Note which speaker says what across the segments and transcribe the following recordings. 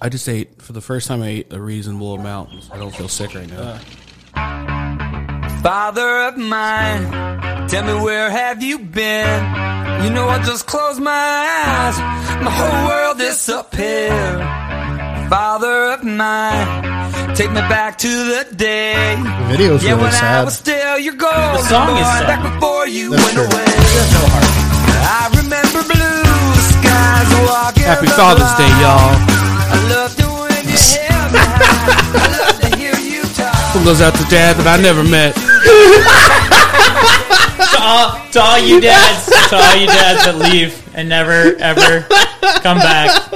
Speaker 1: I just ate for the first time. I ate a reasonable amount. I don't feel sick right now.
Speaker 2: Uh.
Speaker 3: Father of mine, tell me where have you been? You know I just closed my eyes, my whole world disappeared. Father of mine, take me back to the day.
Speaker 4: The video's
Speaker 3: yeah,
Speaker 4: really
Speaker 3: when I
Speaker 4: sad.
Speaker 3: was still your golden
Speaker 2: The song
Speaker 3: boy,
Speaker 2: is sad.
Speaker 3: back before you
Speaker 4: That's
Speaker 3: went
Speaker 4: true.
Speaker 3: away. I remember blue skies walking
Speaker 1: Happy
Speaker 3: the
Speaker 1: Father's
Speaker 3: block.
Speaker 1: Day, y'all.
Speaker 3: I love the way you held me high. I love to hear you talk.
Speaker 1: Goes out to Dad that I never met.
Speaker 2: To all, Uh, to all you dads, to all you dads that leave and never ever come back.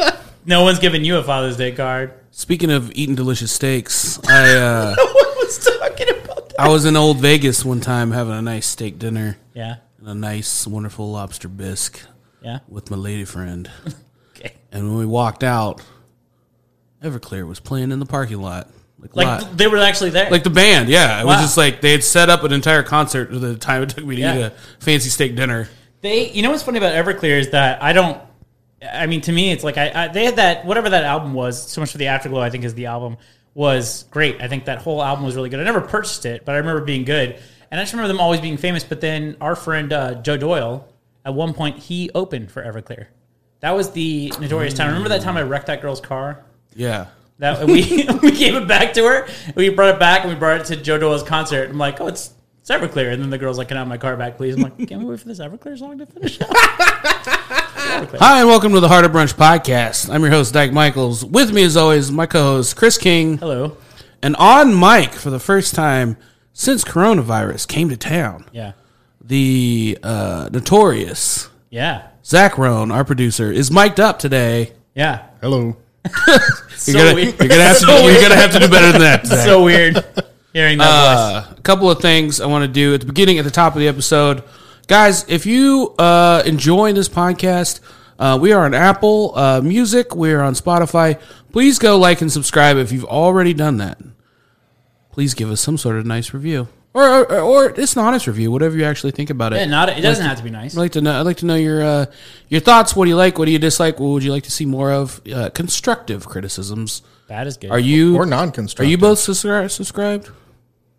Speaker 2: No one's giving you a Father's Day card.
Speaker 1: Speaking of eating delicious steaks, I uh,
Speaker 2: What was talking about that?
Speaker 1: I was in Old Vegas one time having a nice steak dinner
Speaker 2: Yeah,
Speaker 1: and a nice, wonderful lobster bisque
Speaker 2: yeah.
Speaker 1: with my lady friend.
Speaker 2: Okay.
Speaker 1: And when we walked out, Everclear was playing in the parking lot, like
Speaker 2: Like
Speaker 1: lot.
Speaker 2: they were actually there.
Speaker 1: Like the band, yeah. It was
Speaker 2: Wow.
Speaker 1: just like they had set up an entire concert to the time it took me to
Speaker 2: Yeah.
Speaker 1: eat a fancy steak dinner.
Speaker 2: They, you know, what's funny about Everclear is that I don't. I mean, to me, it's like I, I they had that whatever that album was. So much for the Afterglow, I think, is the album was great. I think that whole album was really good. I never purchased it, but I remember it being good, and I just remember them always being famous. But then our friend uh, Joe Doyle, at one point, he opened for Everclear. That was the notorious time. Remember that time I wrecked that girl's car?
Speaker 1: Yeah.
Speaker 2: That we we gave it back to her. We brought it back and we brought it to Joe Doyle's concert. I'm like, oh, it's it's Everclear. And then the girl's like, can I have my car back, please? I'm like, can we wait for this Everclear song to finish? up?"
Speaker 1: Hi, and welcome to the Heart of Brunch podcast. I'm your host, Dyke Michaels. With me, as always, my co host, Chris King.
Speaker 2: Hello.
Speaker 1: And on mic for the first time since coronavirus came to town,
Speaker 2: Yeah.
Speaker 1: the uh, notorious
Speaker 2: Yeah.
Speaker 1: Zach Roan, our producer, is mic'd up today.
Speaker 2: Yeah.
Speaker 4: Hello.
Speaker 2: So
Speaker 1: You're gonna,
Speaker 2: weird.
Speaker 1: you're gonna have to
Speaker 2: so
Speaker 1: do, you're
Speaker 2: weird.
Speaker 1: gonna have to do better than that. Zach.
Speaker 2: so weird hearing that voice.
Speaker 1: Uh, a couple of things I want to do at the beginning, at the top of the episode, guys. If you uh, enjoying this podcast, uh, we are on Apple uh, Music, we are on Spotify. Please go like and subscribe if you've already done that. Please give us some sort of nice review, or or, or it's an honest review, whatever you actually think about it.
Speaker 2: Yeah, not, it doesn't have to be nice.
Speaker 1: I'd like to know. I'd like to know your uh, your thoughts. What do you like? What do you dislike? What would you like to see more of? Uh, constructive criticisms.
Speaker 2: That is good.
Speaker 1: Are you
Speaker 4: Or
Speaker 1: Are
Speaker 4: non-constructive.
Speaker 1: you both subscri- subscribed?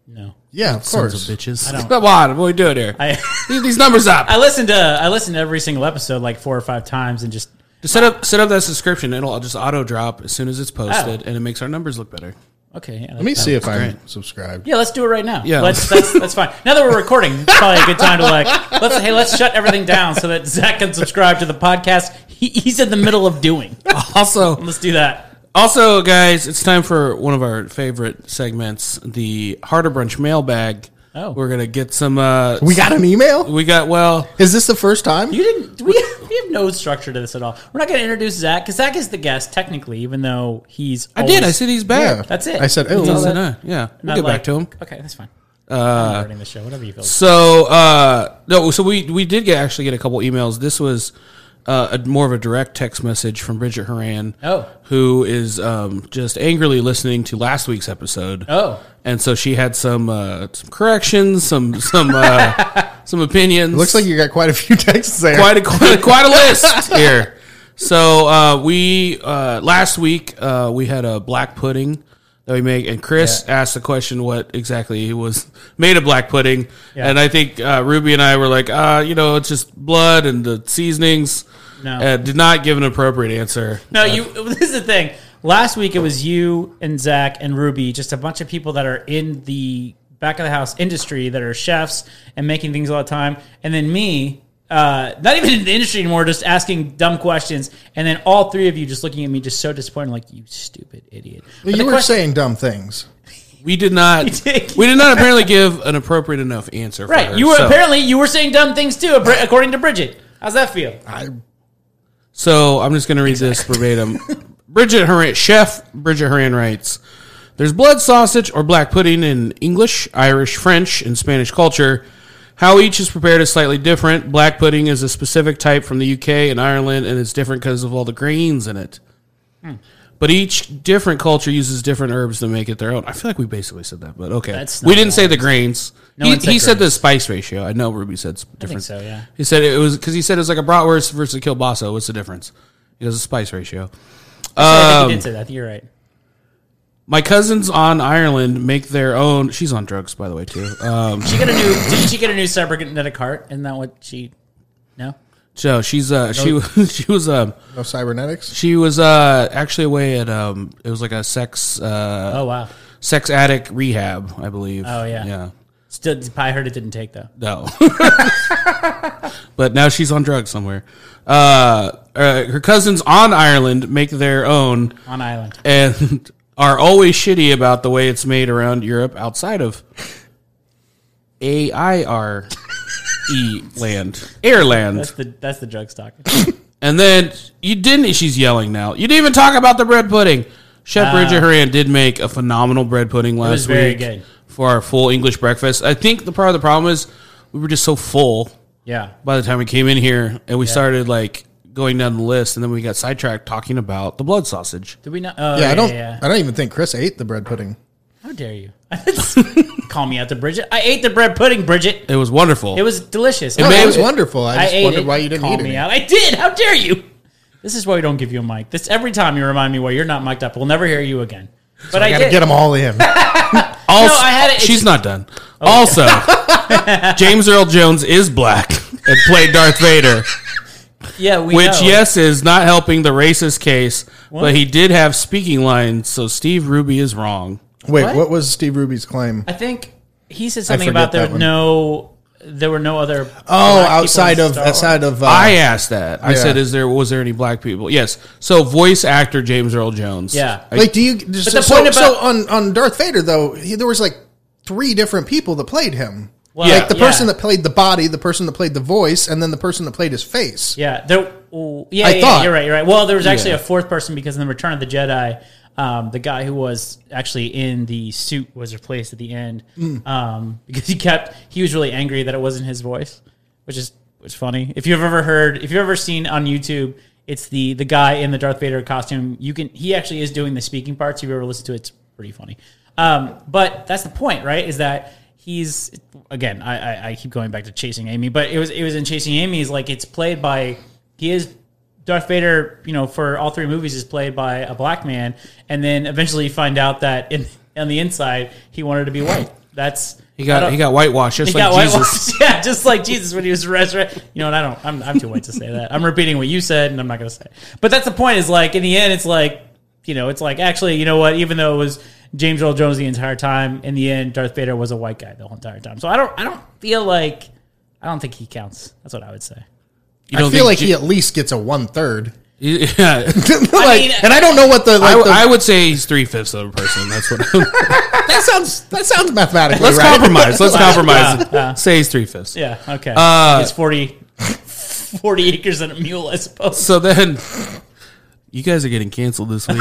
Speaker 2: No.
Speaker 4: Yeah, of
Speaker 1: Sons
Speaker 4: course.
Speaker 1: of bitches.
Speaker 2: don't-
Speaker 1: Come on, what are we doing here?
Speaker 2: I
Speaker 1: Leave these numbers up.
Speaker 2: I listened to I listened to every single episode like four or five times and just
Speaker 1: Just set up set up that subscription. It'll just auto drop as soon as it's posted,
Speaker 2: Oh.
Speaker 1: and it makes our numbers look better.
Speaker 2: okay. Yeah,
Speaker 4: Let me see if I'm subscribed.
Speaker 2: Yeah, let's do it right now.
Speaker 1: Yeah.
Speaker 2: let's, that's that's fine. Now that we're recording, it's probably a good time to like let's hey let's shut everything down so that Zach can subscribe to the podcast he, he's in the middle of doing.
Speaker 1: Also,
Speaker 2: Let's do that.
Speaker 1: also, guys, it's time for one of our favorite segments, the Harder Brunch Mailbag.
Speaker 2: Oh.
Speaker 1: we're gonna get some. Uh,
Speaker 4: We got an email?
Speaker 1: we got well.
Speaker 4: Is this the first time?
Speaker 2: You didn't. do We we have no structure to this at all. We're not going to introduce Zach because Zach is the guest technically, even though he's.
Speaker 1: I did. I said he's
Speaker 4: yeah.
Speaker 1: back.
Speaker 2: That's it.
Speaker 4: I said, oh,
Speaker 1: Yeah,
Speaker 2: That's it.
Speaker 1: yeah. We'll get back to him.
Speaker 2: Okay, that's fine. Uh, I'm the show, whatever you feel.
Speaker 1: So uh, no, so we we did get actually get a couple emails. This was uh, a, more of a direct text message from Bridget Horan,
Speaker 2: Oh.
Speaker 1: who is um, just angrily listening to last week's episode.
Speaker 2: Oh,
Speaker 1: and so she had some uh, some corrections, some some uh, some opinions.
Speaker 4: looks like you got quite a few texts there.
Speaker 1: quite a quite, a- quite a list here. So uh, we uh, last week uh, we had a black pudding that we make, and Chris asked the question what exactly was made of black pudding,
Speaker 2: Yeah.
Speaker 1: and I think uh, Ruby and I were like, uh, you know, it's just blood and the seasonings.
Speaker 2: No.
Speaker 1: Uh, did not give an appropriate answer.
Speaker 2: No, you. This is the thing. Last week it was you and Zach and Ruby, just a bunch of people that are in the back of the house industry that are chefs and making things all the time, and then me. Uh, not even in the industry anymore, just asking dumb questions, and then all three of you just looking at me, just so disappointed, like you stupid idiot. But the
Speaker 4: you were
Speaker 2: question-
Speaker 4: saying dumb things.
Speaker 1: We did not.
Speaker 2: did.
Speaker 1: we did not apparently give an appropriate enough answer. for
Speaker 2: right?
Speaker 1: her,
Speaker 2: You were
Speaker 1: so-
Speaker 2: apparently you were saying dumb things too, ab- according to Bridget. How's that feel?
Speaker 4: I
Speaker 1: So I'm just going to read this verbatim. Bridget Horan, Chef Bridget Horan writes, "There's blood sausage or black pudding in English, Irish, French, and Spanish culture. How each is prepared is slightly different. Black pudding is a specific type from the UK and Ireland, and it's different because of all the grains in it.
Speaker 2: Hmm.
Speaker 1: But each different culture uses different herbs to make it their own. I feel like we basically said that, but okay.
Speaker 2: That's
Speaker 1: we
Speaker 2: not
Speaker 1: didn't say the grains. he
Speaker 2: one said
Speaker 1: he said the
Speaker 2: grains.
Speaker 1: spice ratio. I know Ruby said s- different.
Speaker 2: so, yeah.
Speaker 1: He said it was because he said it was like a bratwurst versus a kielbasa. What's the difference? He does a spice ratio.
Speaker 2: I
Speaker 4: Um,
Speaker 2: think you did say that. You're right.
Speaker 1: My cousins on Ireland make their own. She's on drugs, by the way, too. Um,
Speaker 2: She got a new. didn't she get a new cybernetic heart? Isn't that what she? No.
Speaker 1: so she's uh, she
Speaker 2: Oh.
Speaker 1: was she was um,
Speaker 4: No cybernetics.
Speaker 1: she was uh, actually away at um, it was like a sex uh,
Speaker 2: Oh wow.
Speaker 1: sex addict rehab, I believe.
Speaker 2: Oh, yeah.
Speaker 1: yeah.
Speaker 2: Still, I heard it didn't take though.
Speaker 1: No. but now she's on drugs somewhere. Uh, uh, her cousins on Ireland make their own
Speaker 2: On island.
Speaker 1: and are always shitty about the way it's made around Europe outside of A I R E land,
Speaker 2: That's
Speaker 1: Airland.
Speaker 2: the that's the drug stock.
Speaker 1: And then you didn't, she's yelling now. You didn't even talk about the bread pudding. Chef Bridget Haran did make a phenomenal bread pudding last
Speaker 2: Ah. was very
Speaker 1: week
Speaker 2: good.
Speaker 1: for our full English breakfast. I think the part of the problem is we were just so full
Speaker 2: Yeah.
Speaker 1: by the time we came in here and we started like going down the list and then we got sidetracked talking about the blood sausage.
Speaker 2: Did we not? Oh,
Speaker 4: Yeah, I don't.
Speaker 2: yeah.
Speaker 4: I don't even think Chris ate the bread pudding.
Speaker 2: How dare you? Call me out to Bridget. I ate the bread pudding, Bridget.
Speaker 1: It was wonderful.
Speaker 2: It was delicious.
Speaker 4: No,
Speaker 1: may-
Speaker 4: it was wonderful. I just
Speaker 2: ate
Speaker 4: wondered
Speaker 2: it.
Speaker 4: why you didn't
Speaker 2: Call
Speaker 4: eat
Speaker 2: me
Speaker 4: it.
Speaker 2: out. I did. How dare you? This is why we don't give you a mic. This every time you remind me why you're not mic'd up. We'll never hear you again. But I,
Speaker 4: Got to
Speaker 2: did.
Speaker 4: get them all in.
Speaker 1: Also,
Speaker 2: I had it- Oh.
Speaker 1: She's not done. Also, James Earl Jones is black and played Darth Vader,
Speaker 2: yeah, we
Speaker 1: which
Speaker 2: know.
Speaker 1: yes is not helping the racist case, but he did have speaking lines. So Steve Ruby is wrong.
Speaker 4: Wait,
Speaker 2: What?
Speaker 4: what? was Steve Ruby's claim?
Speaker 2: I think he said something
Speaker 4: forget
Speaker 2: about there
Speaker 4: that
Speaker 2: were
Speaker 4: one.
Speaker 2: no there were no other.
Speaker 4: Oh,
Speaker 2: black people
Speaker 4: outside
Speaker 2: in
Speaker 4: of
Speaker 2: Star Wars.
Speaker 4: outside of uh,
Speaker 1: I asked that. I
Speaker 4: Yeah.
Speaker 1: said, "Is there was there any black people?" Yes. So voice actor James Earl Jones.
Speaker 2: Yeah.
Speaker 1: I-
Speaker 4: like, do you? Just,
Speaker 2: the
Speaker 4: so,
Speaker 2: point
Speaker 4: so
Speaker 2: about-
Speaker 4: on on Darth Vader though, he, there was like three different people that played him.
Speaker 2: Well,
Speaker 1: Yeah.
Speaker 4: Like the
Speaker 2: yeah.
Speaker 4: person that played the body, the person that played the voice, and then the person that played his face.
Speaker 2: Yeah, there. oh, yeah,
Speaker 4: I
Speaker 2: yeah,
Speaker 4: thought.
Speaker 2: you're right. You're right. Well, there was actually
Speaker 1: Yeah.
Speaker 2: a fourth person because in the Return of the Jedi, um, the guy who was actually in the suit was replaced at the end
Speaker 4: Mm.
Speaker 2: um, because he kept he was really angry that it wasn't his voice, which is which is funny. If you've ever heard, if you've ever seen on YouTube, it's the the guy in the Darth Vader costume. You can he actually is doing the speaking parts. If you ever listen to it, it's pretty funny. Um, but that's the point, right? Is that he's again, I, I, I keep going back to chasing Amy, but it was it was in chasing Amy. Is like it's played by he is Darth Vader. You know, for all three movies, is played by a black man, and then eventually you find out that in, on the inside he wanted to be white. That's
Speaker 1: he
Speaker 2: I
Speaker 1: got
Speaker 2: don't-
Speaker 1: he got whitewashed just
Speaker 2: he
Speaker 1: like
Speaker 2: got
Speaker 1: Jesus.
Speaker 2: whitewashed. Yeah, just like Jesus when he was resurrected. You know, and I don't. I'm, I'm too white to say that. I'm repeating what you said, and I'm not going to say. It. But that's the point. Is like in the end, it's like you know, it's like actually, you know what? Even though it was James Earl Jones the entire time, in the end, Darth Vader was a white guy the whole entire time. So I don't. I don't feel like. I don't think he counts. That's what I would say.
Speaker 1: You
Speaker 4: I
Speaker 1: don't
Speaker 4: feel
Speaker 1: think
Speaker 4: like
Speaker 1: J-
Speaker 4: he at least gets a one third.
Speaker 1: Yeah.
Speaker 4: like,
Speaker 2: mean-
Speaker 4: and I don't know what the
Speaker 1: I,
Speaker 4: like. the,
Speaker 1: I would say he's three fifths of a person. That's what. I'm,
Speaker 4: that sounds that sounds mathematically
Speaker 1: let's
Speaker 4: right.
Speaker 1: compromise. Let's compromise.
Speaker 2: Yeah, yeah.
Speaker 1: Say he's three fifths.
Speaker 2: Yeah. Okay. it's 40, 40 acres and a mule, I suppose.
Speaker 1: So then, you guys are getting canceled this week.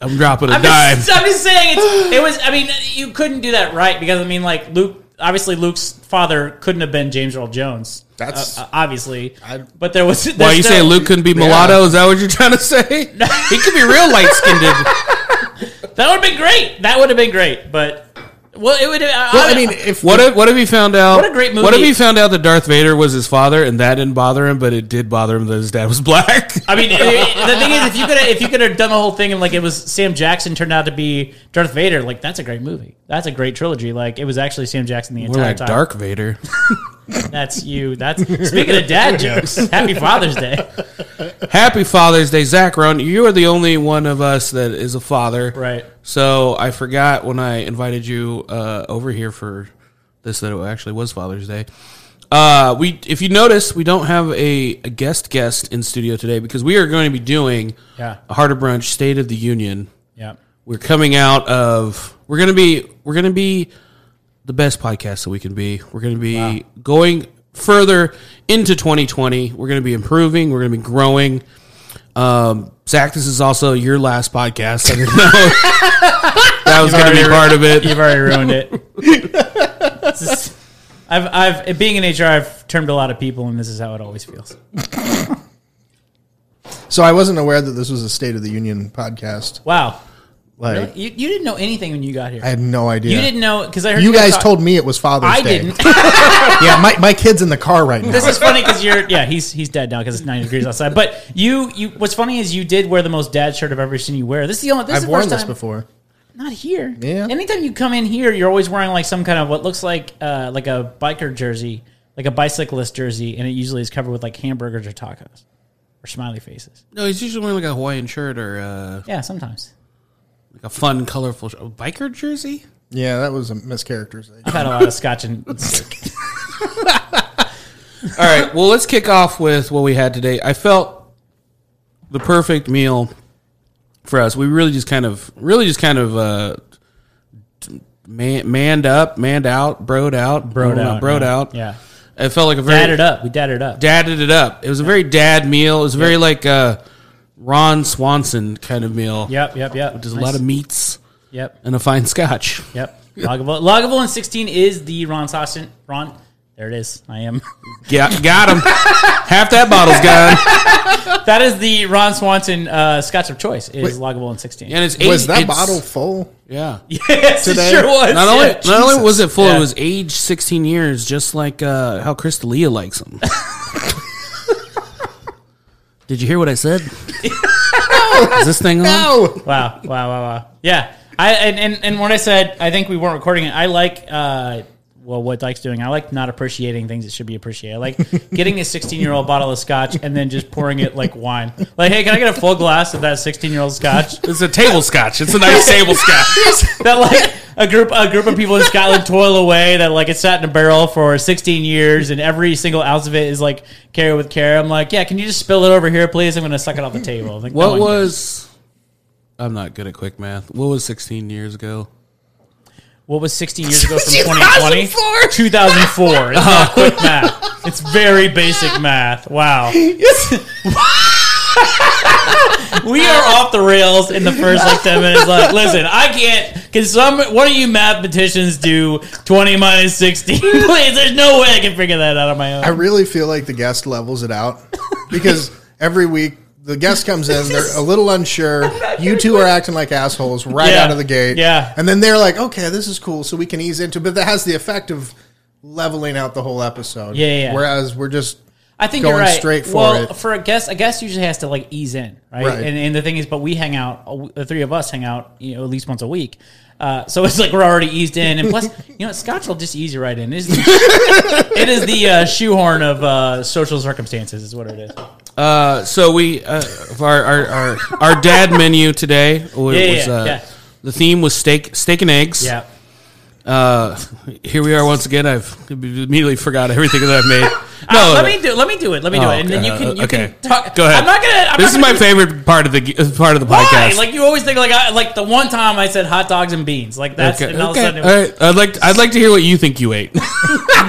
Speaker 1: I'm dropping a
Speaker 2: I'm
Speaker 1: dime.
Speaker 2: just, I'm just saying it's, it was. I mean, you couldn't do that right because I mean, like Luke. Obviously, Luke's father couldn't have been James Earl Jones.
Speaker 4: That's-
Speaker 2: uh, uh, obviously.
Speaker 4: I-
Speaker 2: but there was.
Speaker 1: Why you say
Speaker 2: saying
Speaker 1: Luke couldn't be mulatto? Is that what you're trying to say? he could be real light skinned.
Speaker 2: That would have been great. That would have been great. But well, it would. have
Speaker 4: Well, I mean, if
Speaker 1: What if What if he found out?
Speaker 2: What a great
Speaker 1: What if
Speaker 2: movie.
Speaker 1: he found out that Darth Vader was his father, and that didn't bother him, but it did bother him that his dad was black?
Speaker 2: I mean, it- it- the thing is, if you could, if you could have done the whole thing and like it was Sam Jackson turned out to be Darth Vader, like that's a great movie. That's a great trilogy. Like it was actually Sam Jackson the
Speaker 1: We're
Speaker 2: entire
Speaker 1: like
Speaker 2: time.
Speaker 1: Dark Vader.
Speaker 2: That's you. That's speaking of dad jokes. Happy Father's Day.
Speaker 1: Happy Father's Day, Zach. Ron, you are the only one of us that is a father,
Speaker 2: Right.
Speaker 1: So I forgot when I invited you uh, over here for this that it actually was Father's Day. Uh, we, if you notice, we don't have a, a guest guest in studio today because we are going to be doing
Speaker 2: Yeah.
Speaker 1: a Harder Brunch State of the Union.
Speaker 2: Yeah.
Speaker 1: We're coming out of we're gonna be we're gonna be the best podcast that we can be. We're gonna be going further into 2020. We're gonna be improving. We're gonna be growing. Um, Zach, this is also your last podcast. I didn't know that was gonna be part of it.
Speaker 2: You've already ruined it. This is- I've, I've, being in HR, I've termed a lot of people, and this is how it always feels. uh,
Speaker 4: So I wasn't aware that this was a State of the Union podcast.
Speaker 2: Wow.
Speaker 4: Like
Speaker 2: Really? You, you didn't know anything when you got here.
Speaker 4: I had no idea.
Speaker 2: You didn't know because I heard
Speaker 4: You guys
Speaker 2: talk-
Speaker 4: told me it was Father's
Speaker 2: I
Speaker 4: Day.
Speaker 2: didn't.
Speaker 4: yeah, my, my kid's in the car right now.
Speaker 2: this is funny because you're yeah he's he's dead now because it's 90 degrees outside. But you you what's funny is you did wear the most dad shirt I've ever seen you wear. This is the only this is
Speaker 4: I've
Speaker 2: the
Speaker 4: worn
Speaker 2: first
Speaker 4: this
Speaker 2: time-
Speaker 4: before.
Speaker 2: Not here.
Speaker 4: Yeah.
Speaker 2: Anytime you come in here, you're always wearing like some kind of what looks like uh, like a biker jersey, like a bicyclist jersey, and it usually is covered with like hamburgers or tacos or smiley faces.
Speaker 1: No, he's usually wearing like a Hawaiian shirt or uh,
Speaker 2: Yeah, sometimes.
Speaker 1: like a fun, colorful sh- a biker jersey.
Speaker 4: Yeah, that was a mischaracterization.
Speaker 2: I've had a lot of scotch and
Speaker 1: All right, well, let's kick off with what we had today. I felt the perfect meal for us. We really just kind of, really just kind of uh, t- man, manned up, manned out, broed out,
Speaker 2: broed
Speaker 1: no,
Speaker 2: out.
Speaker 1: broed
Speaker 2: yeah.
Speaker 1: out.
Speaker 2: Yeah.
Speaker 1: it felt like a very
Speaker 2: Dadded up. We dadded up.
Speaker 1: dadded it up. It was a very dad meal. It was very like uh, Ron Swanson kind of meal.
Speaker 2: Yep, yep, yep.
Speaker 1: There's a
Speaker 2: Nice.
Speaker 1: lot of meats
Speaker 2: Yep.
Speaker 1: and a fine scotch.
Speaker 2: Yep. Logable. Logable in 16 is the Ron Sostin. Ron. There it is. I am.
Speaker 1: Yeah, got him. Half that bottle's gone,
Speaker 2: that is the Ron Swanson uh, scotch of choice. Is Logable in 16.
Speaker 1: and it's
Speaker 4: Was
Speaker 1: aged-
Speaker 4: that
Speaker 1: it's-
Speaker 4: bottle full?
Speaker 1: Yeah,
Speaker 2: yes,
Speaker 4: Today?
Speaker 2: it sure was.
Speaker 1: Not only
Speaker 2: yeah.
Speaker 1: not only was it full,
Speaker 2: Yeah.
Speaker 1: it was aged 16 years, just like uh, how Crystalia likes them. Did you hear what I said? Is this thing on?
Speaker 4: No.
Speaker 2: Wow. Wow. Wow. Wow. Yeah. I and, and and when I said I think we weren't recording it, I like uh well what Dyke's doing. I like not appreciating things that should be appreciated. I like getting a sixteen year old bottle of scotch and then just pouring it like wine. Like, hey, can I get a full glass of that sixteen year old scotch?
Speaker 1: It's a table scotch. It's a nice table scotch.
Speaker 2: that like a group a group of people in Scotland toil away that like it sat in a barrel for 16 years and every single ounce of it is like care with care. I'm like, yeah, can you just spill it over here, please? I'm gonna suck it off the table. I'm Like, no
Speaker 1: What
Speaker 2: one cares.
Speaker 1: was? Oh I'm not good at quick math. What was 16 years ago?
Speaker 2: what was 16 years ago from 2020? 2004. It's not quick math. It's very basic math. Wow. we are off the rails in the first like 10 minutes. Like, listen, I can't. Can some, one of you mathematicians do 20 minus 16? Please, there's no way I can figure that out on my own.
Speaker 4: I really feel like the guest levels it out because every week the guest comes in, they're a little unsure. You two are acting like assholes right
Speaker 2: Yeah.
Speaker 4: out of the gate.
Speaker 2: Yeah.
Speaker 4: And then they're like, okay, this is cool, so we can ease into it. But that has the effect of leveling out the whole episode.
Speaker 2: Yeah, yeah, yeah.
Speaker 4: Whereas we're just.
Speaker 2: I think
Speaker 4: going
Speaker 2: you're right.
Speaker 4: straight for
Speaker 2: well,
Speaker 4: it.
Speaker 2: for a guest, a guest usually has to like ease in, right?
Speaker 4: Right.
Speaker 2: And, and the thing is, but we hang out. uh, The three of us hang out, you know, at least once a week. Uh, so it's like we're already eased in, and plus, you know, Scotch will just ease you right in. It is the, it is the uh, shoehorn of uh, social circumstances, is what it is.
Speaker 1: Uh, so we uh, our, our our our dad menu today was,
Speaker 2: Yeah, yeah,
Speaker 1: was, uh,
Speaker 2: yeah.
Speaker 1: the theme was steak steak and eggs.
Speaker 2: Yeah,
Speaker 1: Uh, here we are once again. I've immediately forgot everything that I've made.
Speaker 2: no,
Speaker 1: No,
Speaker 2: Uh,
Speaker 1: uh,
Speaker 2: let me do. Let me do it. Let me do
Speaker 1: Oh,
Speaker 2: it, and then you can. You
Speaker 1: okay.
Speaker 2: can talk.
Speaker 1: Go ahead.
Speaker 2: I'm not gonna. I'm
Speaker 1: this is
Speaker 2: not
Speaker 1: my
Speaker 2: gonna do-
Speaker 1: favorite part of the uh, part of the
Speaker 2: Why?
Speaker 1: podcast.
Speaker 2: Like you always think like I like the one time I said hot dogs and beans like that's
Speaker 1: okay,
Speaker 2: and all
Speaker 1: okay.
Speaker 2: of a sudden it
Speaker 1: all
Speaker 2: was,
Speaker 1: right. I'd like I'd like to hear what you think you ate.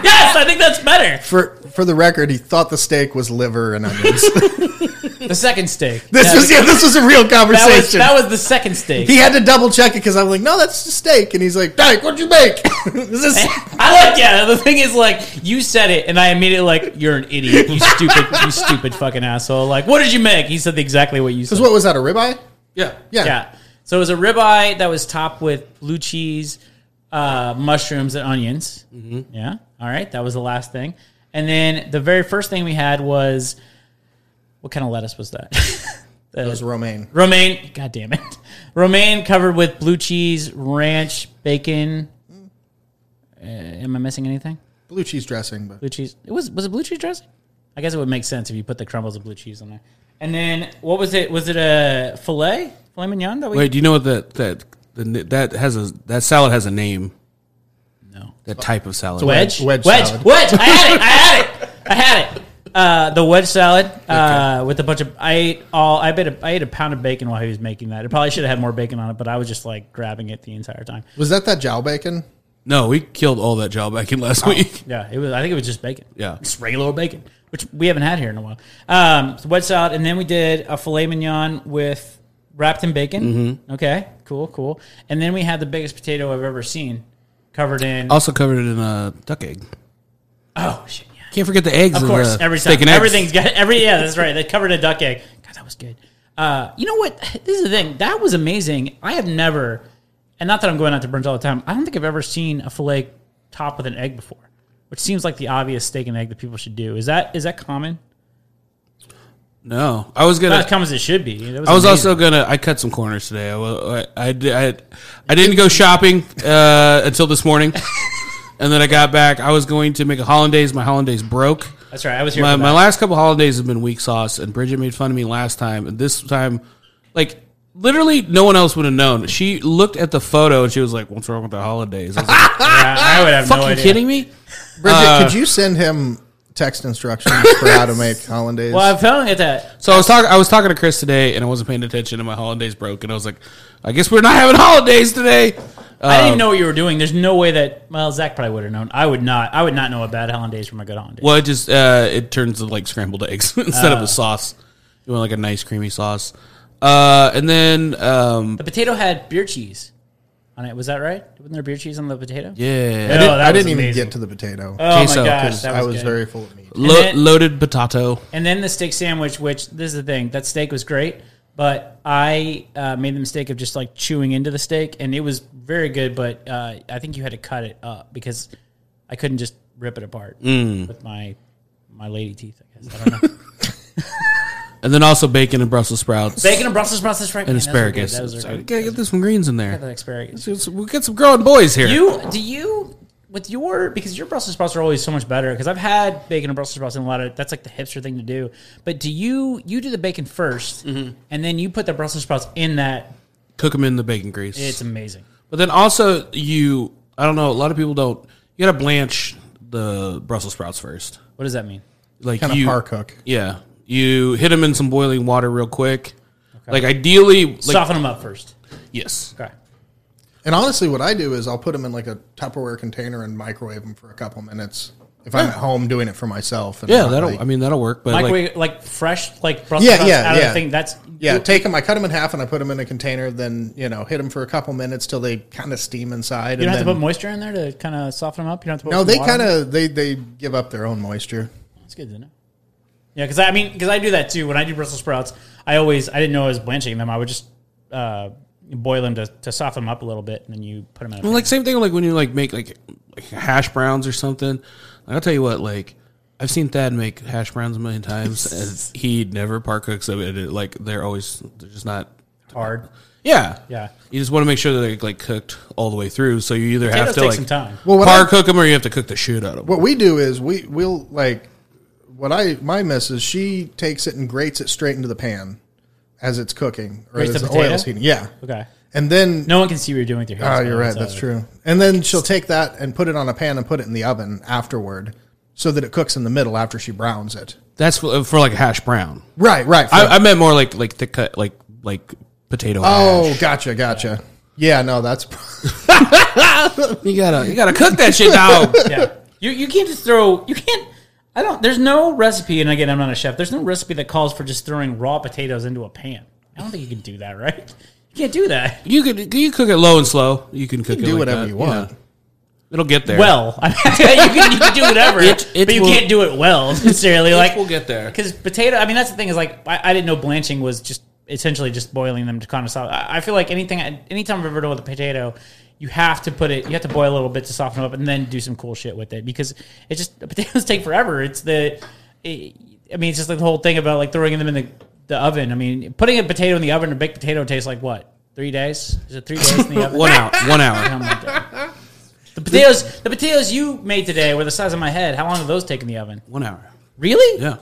Speaker 2: yes I think that's better
Speaker 4: For, for the record, he thought the steak was liver and onions.
Speaker 2: the second steak
Speaker 4: This
Speaker 2: Yeah,
Speaker 4: was yeah, this was a real
Speaker 2: that was
Speaker 4: conversation.
Speaker 2: that was the second steak
Speaker 4: he had to double check it because I'm like, no, that's just steak, and he's like, Dyke, what'd you make? Is this-
Speaker 2: I like yeah. The thing is, like, you said it, and I immediately like, you're an idiot, you stupid, you stupid fucking asshole. Like, what did you make? He said exactly what you said.
Speaker 4: what was that? A ribeye?
Speaker 1: yeah.
Speaker 4: Yeah.
Speaker 2: yeah. So it was a ribeye that was topped with blue cheese, uh, mushrooms, and onions.
Speaker 4: Mm-hmm.
Speaker 2: Yeah. All right. That was the last thing. And then the very first thing we had was what kind of lettuce was that?
Speaker 4: It was romaine.
Speaker 2: Romaine. God damn it. Romaine covered with blue cheese, ranch, bacon. Uh, am I missing anything?
Speaker 4: Blue cheese dressing, but
Speaker 2: blue cheese. It was was it blue cheese dressing? I guess it would make sense if you put the crumbles of blue cheese on there. And then what was it? Was it a fillet filet mignon that we?
Speaker 1: Wait, do you know what that that the, that has a that salad has a name?
Speaker 2: No.
Speaker 1: That type of salad.
Speaker 2: wedge
Speaker 4: Wedge
Speaker 2: wedge
Speaker 4: salad.
Speaker 2: wedge. I had it. I had it. I had it. Uh, the wedge salad uh, with a bunch of I ate all I bit a, I ate a pound of bacon while he was making that. It probably should have had more bacon on it, but I was just like grabbing it the entire time.
Speaker 4: was that that jowl bacon?
Speaker 1: No, we killed all that job back in
Speaker 2: Oh.
Speaker 1: last week.
Speaker 2: Yeah, it was. I think it was just bacon.
Speaker 1: Yeah.
Speaker 2: just regular old bacon, which we haven't had here in a while. Um, so wedge salad, and then we did a filet mignon with wrapped in bacon. Okay, cool, cool. And then we had the biggest potato I've ever seen, covered in.
Speaker 1: Also covered in a duck egg.
Speaker 2: oh shit! Yeah.
Speaker 1: Can't forget the eggs.
Speaker 2: Of course,
Speaker 1: the
Speaker 2: every
Speaker 1: steak
Speaker 2: time
Speaker 1: and eggs.
Speaker 2: everything's got every. Yeah, that's right. They covered in a duck egg. God, that was good. Uh, you know what? This is the thing. That was amazing. I have never, and not that I'm going out to brunch all the time, I don't think I've ever seen a filet topped with an egg before, which seems like the obvious steak and egg that people should do. Is that is that common?
Speaker 1: No, I was gonna.
Speaker 2: Not as common as it should be. That
Speaker 1: I was
Speaker 2: amazing.
Speaker 1: also gonna. I cut some corners today. I wa- I, I, di- I, I didn't go shopping uh, until this morning, and then I got back. I was going to make a hollandaise. My hollandaise broke.
Speaker 2: That's right. I was here.
Speaker 1: My,
Speaker 2: for
Speaker 1: my
Speaker 2: that.
Speaker 1: last couple holidays have been weak sauce, and Bridget made fun of me last time. And this time, like literally, no one else would have known. She looked at the photo and she was like, "What's wrong with the holidays?" I was like,
Speaker 2: Yeah, I would have no
Speaker 1: "Fucking
Speaker 2: idea.
Speaker 1: kidding me."
Speaker 4: Bridget,
Speaker 2: Uh,
Speaker 4: could you send him text instructions for how to make hollandaise?
Speaker 2: Well, I'm feeling it that
Speaker 1: So I was talking. I was talking to Chris today, and I wasn't paying attention, and my holidays broke. And I was like, "I guess we're not having holidays today." Um,
Speaker 2: I didn't even know what you were doing. There's no way that well, Zach probably would have known. I would not. I would not know a bad hollandaise from a good hollandaise.
Speaker 1: Well, it just uh, it turns to like scrambled eggs instead
Speaker 2: Ah.
Speaker 1: of a sauce. You want like a nice creamy sauce, uh, and then um,
Speaker 2: The potato had beer cheese on it. Was that right? Wasn't there beer cheese on the potato?
Speaker 1: yeah,
Speaker 2: Yeah.
Speaker 4: I, didn't-
Speaker 2: Oh, that
Speaker 4: I
Speaker 2: was
Speaker 4: didn't even
Speaker 2: amazing.
Speaker 4: get to the potato.
Speaker 2: Oh
Speaker 1: Queso,
Speaker 2: my gosh,
Speaker 1: 'cause
Speaker 2: that was,
Speaker 4: I was
Speaker 2: good.
Speaker 4: very full of meat.
Speaker 1: Lo-
Speaker 2: then-
Speaker 1: loaded potato.
Speaker 2: And then the steak sandwich, which this is the thing. That steak was great, but I uh, made the mistake of just like chewing into the steak, and it was very good. But uh, I think you had to cut it up because I couldn't just rip it apart
Speaker 1: Mm.
Speaker 2: with my my lady teeth. I guess I don't know.
Speaker 1: And then also bacon and Brussels sprouts
Speaker 2: Bacon and Brussels sprouts is right.
Speaker 1: and
Speaker 2: Man, those are good.
Speaker 1: asparagus.
Speaker 2: Those are
Speaker 1: So,
Speaker 2: good.
Speaker 1: gotta get this some greens in there.
Speaker 2: That asparagus.
Speaker 1: Let's- We'll get some growing boys here.
Speaker 2: You do you with your because your Brussels sprouts are always so much better because I've had bacon and Brussels sprouts and a lot of that's like the hipster thing to do. But do you you do the bacon 1st
Speaker 4: Mm-hmm.
Speaker 2: and then you put the Brussels sprouts in that?
Speaker 1: Cook them in the bacon grease.
Speaker 2: It's amazing.
Speaker 1: but then also you, I don't know. A lot of people don't. You gotta blanch the Brussels sprouts first.
Speaker 2: What does that mean?
Speaker 1: Like
Speaker 4: Kind
Speaker 1: you,
Speaker 4: of par cook.
Speaker 1: yeah, you hit them in some boiling water real quick. Like ideally, like,
Speaker 2: Soften them up first.
Speaker 1: Yes.
Speaker 2: Okay.
Speaker 4: And honestly, what I do is I'll put them in like a Tupperware container and microwave them for a couple minutes if I'm at home doing it for myself. And
Speaker 1: Yeah,
Speaker 4: not
Speaker 1: that'll.
Speaker 4: like-
Speaker 1: I mean, that'll work. But like,
Speaker 2: Microwave like, fresh like Brussels
Speaker 4: Yeah,
Speaker 2: sprouts
Speaker 4: yeah,
Speaker 2: out of
Speaker 4: yeah.
Speaker 2: the thing. That's
Speaker 4: yeah, take them. I cut them in half and I put them in a container. Then you know, hit them for a couple minutes till they kind of steam inside.
Speaker 2: You
Speaker 4: and
Speaker 2: don't have to
Speaker 4: then-
Speaker 2: put moisture in there to kind of soften them up. You don't have to. Put
Speaker 4: No, they kind
Speaker 2: of.
Speaker 4: of they they give up their own moisture.
Speaker 2: It's good to know. Yeah, because I I mean, because I do that too. When I do Brussels sprouts, I always I didn't know I was blanching them. I would just uh, boil them to, to soften them up a little bit, and then you put them in. A
Speaker 4: Mm.
Speaker 1: well, like same thing. Like when you like make like, like hash browns or something. I'll tell you what. Like I've seen Thad make hash browns a million times, and he never par cooks them. And it, like they're always they're just not.
Speaker 2: hard.
Speaker 1: Yeah,
Speaker 2: Yeah.
Speaker 1: You just want to make sure that they're like cooked all the way through. So you either
Speaker 2: Potatoes
Speaker 1: have to
Speaker 2: take
Speaker 1: like
Speaker 2: some time.
Speaker 4: Well, what
Speaker 1: par
Speaker 4: I-
Speaker 1: cook them, or you have to cook the shit out of them.
Speaker 4: What we do is we we'll like what I my missus she takes it and grates it straight into the pan as it's cooking or
Speaker 2: Grates
Speaker 4: as
Speaker 2: the
Speaker 4: the, oil
Speaker 2: potato?
Speaker 4: is heating. Yeah,
Speaker 2: Okay.
Speaker 4: and then
Speaker 2: No one can see what you're doing with your hands.
Speaker 4: Oh,
Speaker 2: by
Speaker 4: you're
Speaker 2: the way,
Speaker 4: right.
Speaker 2: so-
Speaker 4: That's true. And then she'll take that and put it on a pan and put it in the oven afterward, so that it cooks in the middle after she browns it.
Speaker 1: That's for, for like a hash brown.
Speaker 4: Right, right. for-
Speaker 1: I, I meant more like like thick cut like like potato.
Speaker 4: oh,
Speaker 1: hash.
Speaker 4: gotcha, gotcha. Yeah, no, that's
Speaker 1: you gotta you gotta cook that shit down.
Speaker 2: Yeah. You you can't just throw. You can't. I don't. There's no recipe, and again, I'm not a chef. There's no recipe that calls for just throwing raw potatoes into a pan. I don't think you can do that, right? You can't do that.
Speaker 1: You could you cook it low and slow. You can cook
Speaker 4: can
Speaker 1: it
Speaker 4: do
Speaker 1: like
Speaker 4: whatever
Speaker 1: that,
Speaker 4: you want.
Speaker 1: yeah. It'll get there.
Speaker 2: Well, I mean, you, can, you can do whatever,
Speaker 1: It- it
Speaker 2: but you
Speaker 1: will-
Speaker 2: can't do it well necessarily. Like
Speaker 1: we'll get there.
Speaker 2: because potato. I mean, that's the thing is like I, I didn't know blanching was just essentially just boiling them to kind of soften. I, I feel like anything, anytime I've ever done with a potato, you have to put it, you have to boil a little bit to soften it up, and then do some cool shit with it because it just potatoes take forever. It's the, it, I mean, it's just like the whole thing about like throwing them in the the oven. I mean, putting a potato in the oven to bake potato tastes like what three days? Is it three days in the oven?
Speaker 1: One hour. One hour.
Speaker 2: Oh my God. The potatoes, the potatoes you made today were the size of my head. How long did those take in the oven?
Speaker 1: One hour.
Speaker 2: Really?
Speaker 1: Yeah.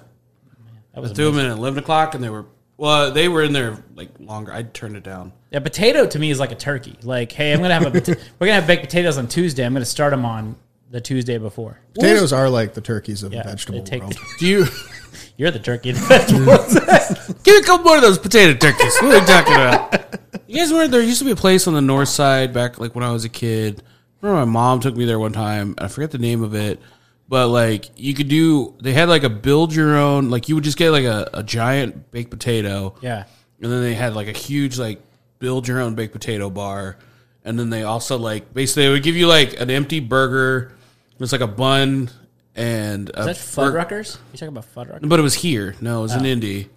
Speaker 2: That was
Speaker 1: I threw them in at eleven o'clock, and they were well. They were in there like longer. I turned it down.
Speaker 2: A potato to me is like a turkey. Like, hey, I'm gonna have a pota- we're gonna have baked potatoes on Tuesday. I'm gonna start them on the Tuesday before.
Speaker 4: potatoes are like the turkeys of
Speaker 2: Yeah,
Speaker 4: the vegetable
Speaker 2: they take-
Speaker 4: world.
Speaker 1: Do you
Speaker 2: You're the turkey. in the vegetables.
Speaker 1: give me a couple more of those potato turkeys? What are you talking about? You guys remember there used to be a place on the north side back like when I was a kid. I remember my mom took me there one time. I forget the name of it, but like you could do. They had like a build your own. Like you would just get like a, a giant baked potato.
Speaker 2: yeah.
Speaker 1: and then they had like a huge like build your own baked potato bar and then they also like basically they would give you like an empty burger it's like a bun and a
Speaker 2: Is that
Speaker 1: bur-
Speaker 2: Fuddruckers? You talking about Fuddruckers?
Speaker 1: but it was here no it was in indy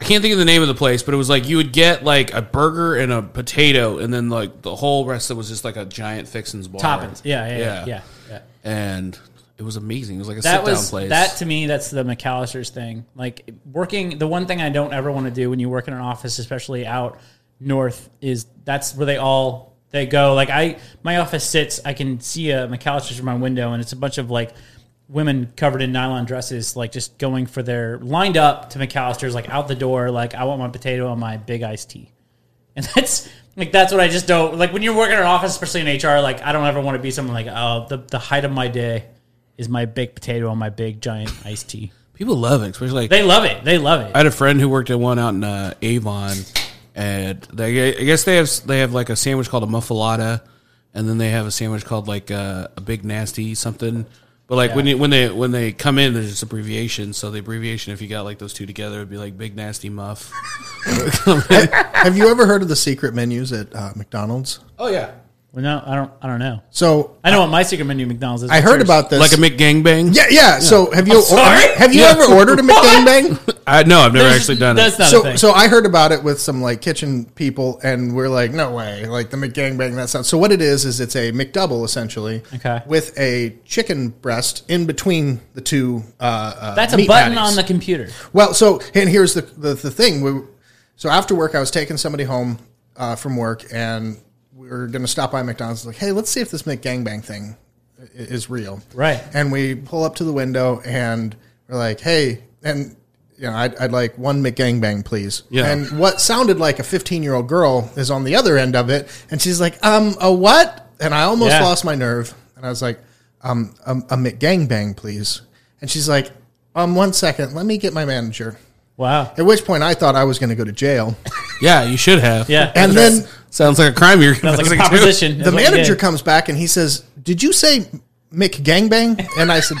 Speaker 1: I can't think of the name of the place, but it was like you would get like a burger and a potato, and then like the whole rest of it was just like a giant fixins bar.
Speaker 2: Toppings. Yeah, yeah, yeah, yeah. yeah.
Speaker 1: And it was amazing. It was like a
Speaker 2: That
Speaker 1: sit down
Speaker 2: was
Speaker 1: place.
Speaker 2: that to me. That's the McAllister's thing. Like working, the one thing I don't ever want to do when you work in an office, especially out north, is that's where they all they go. Like I, my office sits. I can see a McAllister's from my window, and it's a bunch of like women covered in nylon dresses, like just going for their lined up to McAllister's, like out the door. Like I want my potato and my big iced tea. And that's like that's what I just don't like when you're working in an office, especially in HR. Like I don't ever want to be someone like, oh, the the height of my day is my baked potato and my big giant iced tea.
Speaker 1: People love it, especially like
Speaker 2: They love it. They love it.
Speaker 1: I had a friend who worked at one out in uh, Avon, and they, I guess they have they have like a sandwich called a muffalata, and then they have a sandwich called like uh, a big nasty something. But like when you, when they when they come in, there's just abbreviation. So the abbreviation, if you got like those two together, would be like big nasty muff.
Speaker 4: Have you ever heard of the secret menus at uh, McDonald's?
Speaker 1: oh yeah,
Speaker 2: well, no, I don't. I don't know.
Speaker 4: So
Speaker 2: I know what my secret menu McDonald's is.
Speaker 4: I heard about this.
Speaker 1: like a McGangbang.
Speaker 4: yeah, yeah. So have you
Speaker 2: sorry?
Speaker 4: have you
Speaker 1: Yeah.
Speaker 4: ever ordered a McBang Bang?
Speaker 1: I, no, I've never actually done
Speaker 2: That's
Speaker 1: it.
Speaker 2: not a
Speaker 4: So
Speaker 2: thing.
Speaker 4: so I heard about it with some like kitchen people, and we're like, no way, like the McGangbang. That's not. So what it is is it's a McDouble essentially,
Speaker 2: Okay.
Speaker 4: with a chicken breast in between the two. Uh, uh,
Speaker 2: that's a
Speaker 4: meat
Speaker 2: button
Speaker 4: patties.
Speaker 2: on the computer.
Speaker 4: Well, so and here's the the, the thing. We, so after work, I was taking somebody home uh, from work, and we were going to stop by McDonald's. Like, hey, let's see if this McGangbang thing i- is real,
Speaker 2: Right.
Speaker 4: And we pull up to the window, and we're like, hey, and you know, I'd, I'd like one McGangbang, please.
Speaker 1: Yeah.
Speaker 4: And what sounded like a 15 year old girl is on the other end of it, and she's like, um, a what? And I almost
Speaker 2: Yeah.
Speaker 4: lost my nerve, and I was like, um, a, a McGangbang, please. And she's like, um, one second, let me get my manager.
Speaker 2: Wow.
Speaker 4: At which point, I thought I was going to go to jail,
Speaker 1: Yeah, you should have.
Speaker 2: Yeah.
Speaker 4: and then
Speaker 1: sounds like a crime. You're
Speaker 2: Sounds like a
Speaker 1: confessing to.
Speaker 2: proposition.
Speaker 4: the manager comes back and he says, "Did you say McGangbang?" And I said,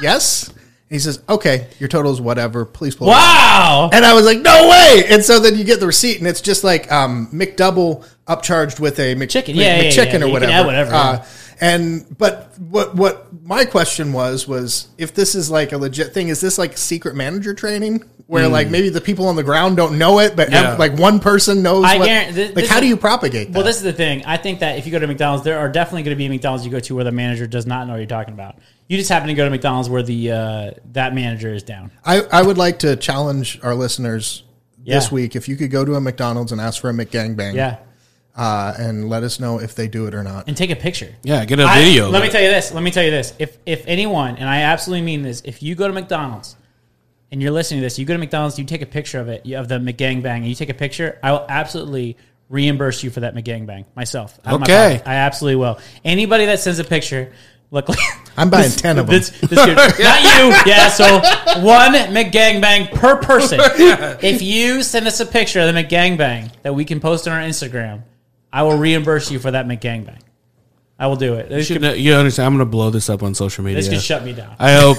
Speaker 4: "Yes." And he says, "Okay, your total is whatever. Please pull." it out."
Speaker 2: Wow.
Speaker 4: And I was like, "No way!" And so then you get the receipt, and it's just like um, McDouble upcharged with a Mc,
Speaker 2: Chicken.
Speaker 4: Mc-
Speaker 2: Yeah, yeah, yeah,
Speaker 4: McChicken
Speaker 2: yeah.
Speaker 4: or
Speaker 2: You can
Speaker 4: whatever.
Speaker 2: add whatever, yeah.
Speaker 4: Uh, and but what what my question was was if this is like a legit thing, is this like secret manager training where like
Speaker 2: Hmm.
Speaker 4: maybe the people on the ground don't know it, but
Speaker 1: Yeah.
Speaker 4: like one person knows?
Speaker 2: I
Speaker 4: what,
Speaker 2: guarantee- thi-
Speaker 4: like
Speaker 2: this
Speaker 4: how
Speaker 2: is-
Speaker 4: do you propagate? That?
Speaker 2: Well, this is the thing. I think that if you go to McDonald's, there are definitely going to be McDonald's you go to where the manager does not know what you're talking about. You just happen to go to McDonald's where the uh, that manager is down.
Speaker 4: I, I would like to challenge our listeners this
Speaker 2: Yeah.
Speaker 4: week if you could go to a McDonald's and ask for a McGangbang,
Speaker 2: Yeah,
Speaker 4: uh, and let us know if they do it or not.
Speaker 2: and take a picture.
Speaker 1: Yeah, get a
Speaker 2: I-
Speaker 1: video.
Speaker 2: let me tell you this. Let me tell you this. If if anyone, and I absolutely mean this, if you go to McDonald's and you're listening to this, you go to McDonald's, you take a picture of it, you have the McGangbang, and you take a picture, I will absolutely reimburse you for that McGangbang myself. out of my
Speaker 1: Okay.
Speaker 2: pocket. I absolutely will. Anybody that sends a picture, look like
Speaker 4: I'm buying 10 of them.
Speaker 2: This, this dude. Not you. Yeah, so one McGangbang per person. If you send us a picture of the McGangbang that we can post on our Instagram, I will reimburse you for that McGangbang. I will do it. This
Speaker 1: You should
Speaker 2: could
Speaker 1: know- you understand? I'm gonna blow this up on social media.
Speaker 2: this could shut me down.
Speaker 1: I hope.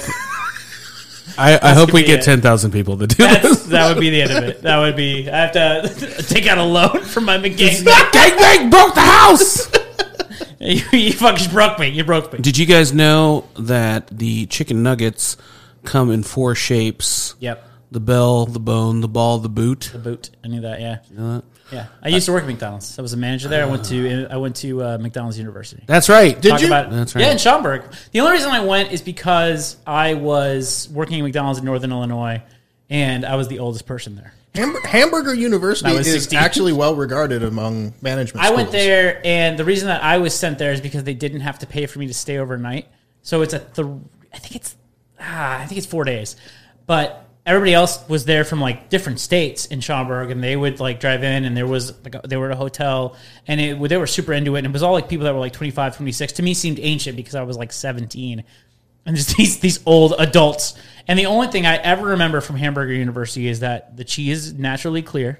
Speaker 1: I, I hope
Speaker 2: could
Speaker 1: we
Speaker 2: be
Speaker 1: get
Speaker 2: it.
Speaker 1: ten thousand people to do this.
Speaker 2: That's, that would be the end of it. That would be. I have to take out a loan from my McGangbang.
Speaker 1: That gangbang broke the house.
Speaker 2: you, you fucking broke me. You broke me.
Speaker 1: Did you guys know that the chicken nuggets come in four shapes?
Speaker 2: Yep.
Speaker 1: The bell, the bone, the ball, the boot.
Speaker 2: The boot. I knew that. Yeah. Yeah. I used to work at McDonald's. I was a manager there. I went to. I went to uh, McDonald's University.
Speaker 1: That's right.
Speaker 4: Did
Speaker 2: talk
Speaker 4: you?
Speaker 2: about it.
Speaker 1: That's right.
Speaker 2: Yeah, in Schaumburg. The only reason I went is because I was working at McDonald's in Northern Illinois, and I was the oldest person there.
Speaker 4: Ham- Hamburger University
Speaker 2: I was
Speaker 4: is
Speaker 2: 16.
Speaker 4: actually well regarded among management.
Speaker 2: I went
Speaker 4: schools.
Speaker 2: there, and the reason that I was sent there is because they didn't have to pay for me to stay overnight. So it's a th- I think it's ah, I think it's four days, but everybody else was there from like different states in Schaumburg, and they would like drive in, and there was like a, they were at a hotel, and it they were super into it, and it was all like people that were like 25, 26. To me, seemed ancient because I was like seventeen. and just these these old adults. And the only thing I ever remember from Hamburger University is that the cheese is naturally clear,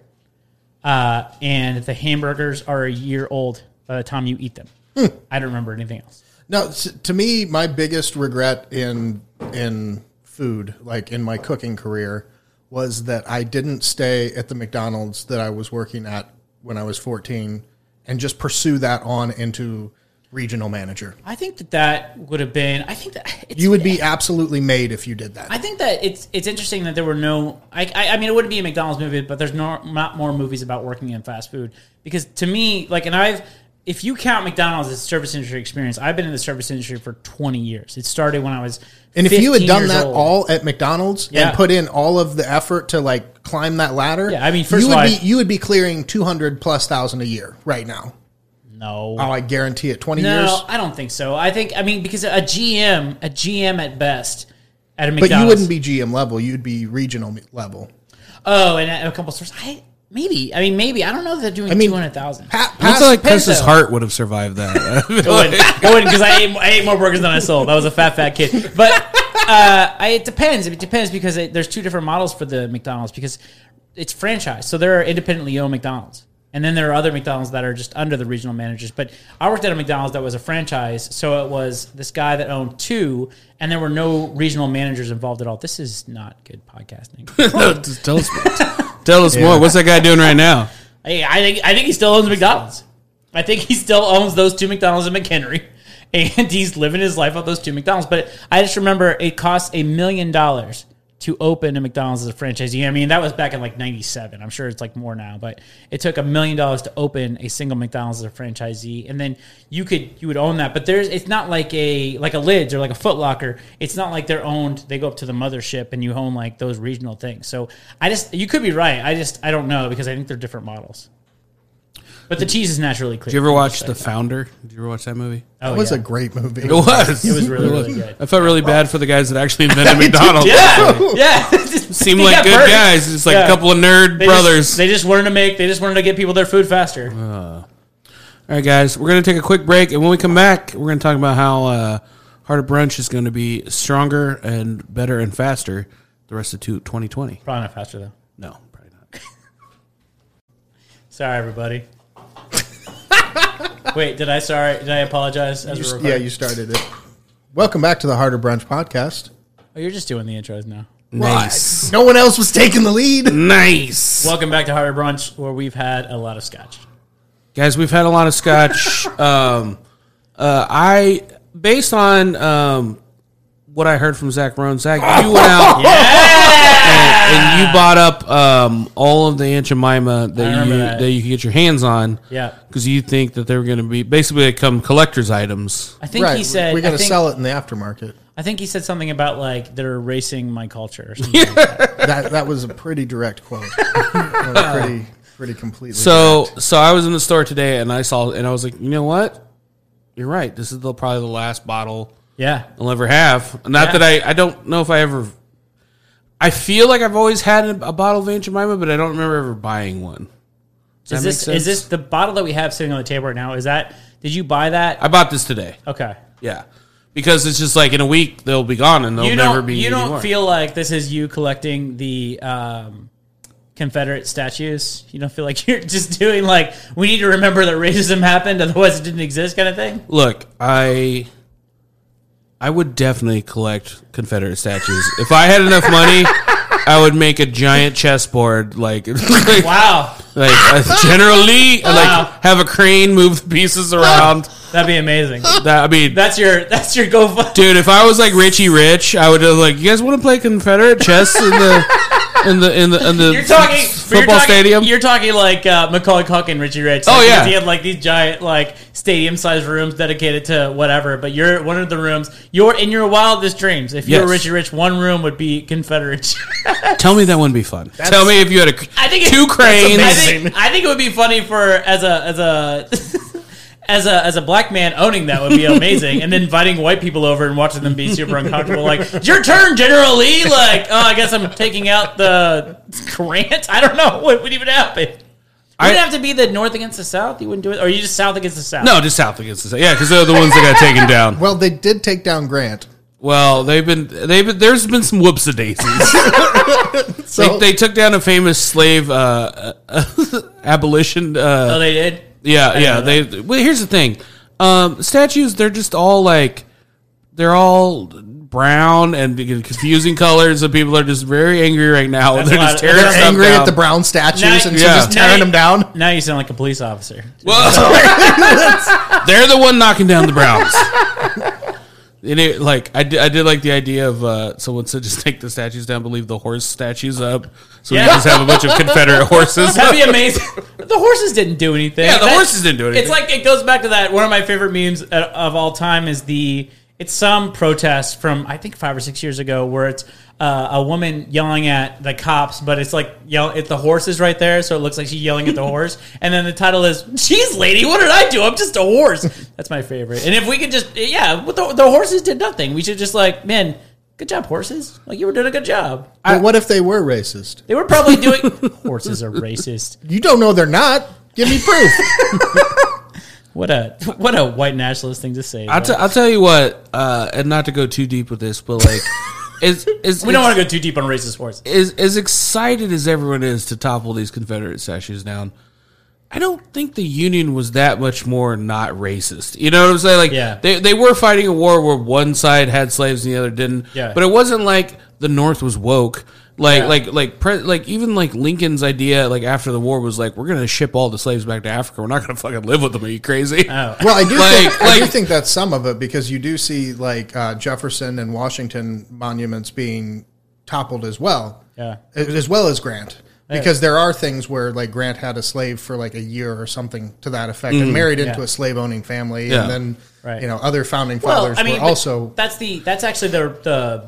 Speaker 2: uh, and the hamburgers are a year old by the time you eat them.
Speaker 4: Hmm.
Speaker 2: I don't remember anything else.
Speaker 4: No, s- to me, my biggest regret in in food, like in my cooking career, was that I didn't stay at the McDonald's that I was working at when I was fourteen, and just pursue that on into regional manager.
Speaker 2: I think that that would have been. I think that it's,
Speaker 4: You would be absolutely made if you did that.
Speaker 2: I think that it's it's interesting that there were no. I, I, I mean, it wouldn't be a McDonald's movie, but there's no, not more movies about working in fast food because to me, like, and I've if you count McDonald's as service industry experience, I've been in the service industry for 20 years. It started when I was.
Speaker 4: and if you had
Speaker 2: 15
Speaker 4: done
Speaker 2: years
Speaker 4: that
Speaker 2: old.
Speaker 4: all at McDonald's
Speaker 2: Yeah.
Speaker 4: and put in all of the effort to like climb that ladder,
Speaker 2: Yeah, I mean, first
Speaker 4: you
Speaker 2: of
Speaker 4: would
Speaker 2: all,
Speaker 4: be
Speaker 2: I-
Speaker 4: you would be clearing two hundred plus thousand a year right now.
Speaker 2: no,
Speaker 4: Oh, I guarantee it. Twenty
Speaker 2: no,
Speaker 4: years,
Speaker 2: I don't think so. I think I mean because a GM, a GM at best, at a
Speaker 4: but
Speaker 2: McDonald's,
Speaker 4: you wouldn't be GM level. You'd be regional me- level.
Speaker 2: Oh, and at a couple stores, I maybe. I mean, maybe I don't know. If they're doing
Speaker 4: mean,
Speaker 2: two hundred thousand.
Speaker 4: Pa-
Speaker 1: I
Speaker 4: pass-
Speaker 1: feel like
Speaker 2: Depends,
Speaker 1: Chris's
Speaker 2: though.
Speaker 1: heart would have survived that.
Speaker 2: I wouldn't. I wouldn't because I ate, I ate more burgers than I sold. I was a fat, fat kid. But uh, I, it depends. It depends because it, there's two different models for the McDonald's because it's franchise. So there are independently owned McDonald's. And then there are other McDonald's that are just under the regional managers. But I worked at a McDonald's that was a franchise. So it was this guy that owned two, and there were no regional managers involved at all. This is not good podcasting.
Speaker 1: No, just tell us, tell us more. What's that guy doing right now?
Speaker 2: Hey, I think I think he still owns McDonald's. I think he still owns those two McDonald's in McHenry, and he's living his life off those two McDonald's. But I just remember it cost a million dollars to open a McDonald's as a franchisee. I mean, that was back in like '97. I'm sure it's like more now, but it took a million dollars to open a single McDonald's as a franchisee, and then you could you would own that. But there's it's not like a like a Lids or like a Foot Locker. It's not like they're owned. They go up to the mothership, and you own like those regional things. So I just you could be right. I just I don't know because I think they're different models. But the cheese is naturally clear.
Speaker 1: Did you ever watch The Founder? Did you ever watch that movie?
Speaker 2: Oh,
Speaker 4: It was
Speaker 2: yeah.
Speaker 4: a great movie.
Speaker 1: It was.
Speaker 2: It was really, really good.
Speaker 1: I felt really bad for the guys that actually invented McDonald's.
Speaker 2: Yeah, yeah.
Speaker 1: Seemed like good guys. It's like
Speaker 2: Yeah.
Speaker 1: a couple of nerd
Speaker 2: They
Speaker 1: brothers.
Speaker 2: Just, they just wanted to make. They just wanted to get people their food faster.
Speaker 4: Uh.
Speaker 1: All right, guys, we're going to take a quick break, and when we come back, we're going to talk about how uh, Heart of Brunch is going to be stronger and better and faster the rest of two- 2020.
Speaker 2: Probably not faster though.
Speaker 1: No, probably not.
Speaker 2: Sorry, everybody. Wait, did I sorry? Did I apologize? As
Speaker 4: You
Speaker 2: we're
Speaker 4: s-
Speaker 2: recording?
Speaker 4: yeah, you started it. Welcome back to the Harder Brunch podcast.
Speaker 2: Oh, you're just doing the intros now.
Speaker 1: Nice,
Speaker 4: No one else was taking the lead.
Speaker 1: nice,
Speaker 2: Welcome back to Harder Brunch, where we've had a lot of scotch.
Speaker 1: guys. We've had a lot of scotch. um, uh, I, based on um, what I heard from Zach Rohn, Zach, you went out and, and you bought up um, all of the Aunt Jemima that
Speaker 2: remember
Speaker 1: you
Speaker 2: that.
Speaker 1: that you could get your hands on.
Speaker 2: Yeah,
Speaker 1: because you think that they're going to be basically they come collectors items.
Speaker 2: I think he said.
Speaker 4: we got
Speaker 2: I
Speaker 4: to
Speaker 2: think,
Speaker 4: sell it in the aftermarket.
Speaker 2: I think he said something about like they're erasing my culture. Or something.
Speaker 4: That that was a pretty direct quote. That was pretty pretty completely.
Speaker 1: So so I was in the store today and I saw and I was like, you know what, you're right. This is the, probably the last bottle
Speaker 2: yeah,
Speaker 1: I'll ever have. Not
Speaker 2: Yeah.
Speaker 1: that I I don't know if I ever. I feel like I've always had a, a bottle of Aunt Jemima, but I don't remember ever buying one. Does
Speaker 2: is
Speaker 1: that make
Speaker 2: this is
Speaker 1: sense?
Speaker 2: this the bottle that we have sitting on the table right now? Is that did you buy that?
Speaker 1: I bought this today.
Speaker 2: Okay,
Speaker 1: Yeah, because it's just like in a week they'll be gone and they'll
Speaker 2: you
Speaker 1: never
Speaker 2: don't
Speaker 1: be.
Speaker 2: you don't
Speaker 1: anymore.
Speaker 2: feel like this is you collecting the um, Confederate statues. You don't feel like you're just doing like we need to remember that racism happened, otherwise it didn't exist, kind of thing.
Speaker 1: Look, I I would definitely collect Confederate statues. if I had enough money, I would make a giant chessboard like like,
Speaker 2: Wow,
Speaker 1: like uh, General Lee, and,
Speaker 2: Wow.
Speaker 1: like have a crane move the pieces around.
Speaker 2: that'd be amazing.
Speaker 1: That I mean,
Speaker 2: That's your that's your GoFundMe.
Speaker 1: dude, if I was like Richie Rich, I would have like, you guys want to play Confederate chess in the in the in the in the
Speaker 2: You're talking
Speaker 1: f-
Speaker 2: you're
Speaker 1: football
Speaker 2: talking-
Speaker 1: stadium?
Speaker 2: You're talking like uh, Macaulay Culkin, Richie Rich.
Speaker 1: Oh,
Speaker 2: Like,
Speaker 1: yeah.
Speaker 2: because he had like these giant like stadium sized rooms dedicated to whatever. But you're one of the rooms. You're in your wildest dreams. If you were
Speaker 1: Yes.
Speaker 2: Richie Rich, one room would be Confederate.
Speaker 1: Tell me that wouldn't be fun. Tell me if you had a cr-
Speaker 2: I think it-
Speaker 1: two cranes.
Speaker 2: I think, I think it would be funny for as a as a. As a, as a black man owning that would be amazing, and then inviting white people over and watching them be super uncomfortable. Like "It's your turn, General Lee. Like oh, I guess I'm taking out the grant. I don't know what would even happen. It
Speaker 1: I-
Speaker 2: wouldn't have to be the North against the South. You wouldn't do it, or you just South against the South.
Speaker 1: no, just South against the South. Yeah, because they're the ones that got taken down.
Speaker 4: well, they did take down Grant.
Speaker 1: Well, they've been they've been, there's been some whoops a daisies.
Speaker 4: So
Speaker 1: they took down a famous slave uh, abolition. Uh,
Speaker 2: oh, they did.
Speaker 1: yeah, yeah. They well, here's the thing. Um, statues they're just all like they're all brown and confusing colors, and people are just very angry right now.
Speaker 2: That's
Speaker 1: they're
Speaker 2: a lot
Speaker 1: just
Speaker 2: of-
Speaker 1: tearing
Speaker 2: they're
Speaker 4: They're
Speaker 1: stuff
Speaker 4: angry
Speaker 1: down.
Speaker 4: at the brown statues
Speaker 2: Now-
Speaker 4: and so
Speaker 1: Yeah.
Speaker 4: just tearing
Speaker 2: Now-
Speaker 4: them down.
Speaker 2: Now you sound like a police officer.
Speaker 1: Whoa. They're the one knocking down the Browns. And it, like I did, I did like the idea of uh, someone said just take the statues down, but leave the horse statues up, so
Speaker 2: Yeah.
Speaker 1: we just have a bunch of Confederate horses.
Speaker 2: That'd be amazing. the horses didn't do anything.
Speaker 1: Yeah, the
Speaker 2: That-
Speaker 1: horses didn't do anything.
Speaker 2: It's like it goes back to that. One of my favorite memes of- of all time is the. It's some protest from I think five or six years ago where it's uh, a woman yelling at the cops, but it's like yell. It, the horse is right there, so it looks like she's yelling at the horse. And then the title is "Jeez, lady, what did I do? I'm just a horse." That's my favorite. And if we could just yeah, but the, the horses did nothing. We should just like man, good job horses. Like you were doing a good job.
Speaker 4: But what if they were racist?
Speaker 2: They were probably doing horses are racist.
Speaker 4: You don't know they're not. Give me proof.
Speaker 2: What a what a white nationalist thing to say.
Speaker 1: I'll,
Speaker 2: bro.
Speaker 1: t- I'll tell you what, uh, and not to go too deep with this, but like, is is
Speaker 2: we don't want to go too deep on racist horses.
Speaker 1: is as excited as everyone is to topple these Confederate statues down. I don't think the Union was that much more not racist. You know what I'm saying? Like,
Speaker 2: Yeah.
Speaker 1: they they were fighting a war where one side had slaves and the other didn't.
Speaker 2: Yeah.
Speaker 1: but it wasn't like the North was woke. Like, like, like, pre- like, even like Lincoln's idea, like after the war, was like, we're gonna ship all the slaves back to Africa. We're not gonna fucking live with them. Are you crazy?
Speaker 2: Oh.
Speaker 4: Well, I do
Speaker 1: Like-
Speaker 4: think I do
Speaker 1: like-
Speaker 4: think that's some of it because you do see like uh, Jefferson and Washington monuments being toppled as well,
Speaker 2: Yeah.
Speaker 4: as well as Grant. Because there are things where like Grant had a slave for like a year or something to that effect, and married into
Speaker 2: Mm. Yeah.
Speaker 4: a slave owning family,
Speaker 1: Yeah.
Speaker 4: and then
Speaker 2: Right.
Speaker 4: you know other founding fathers were
Speaker 2: but
Speaker 4: also
Speaker 2: that's the that's actually the the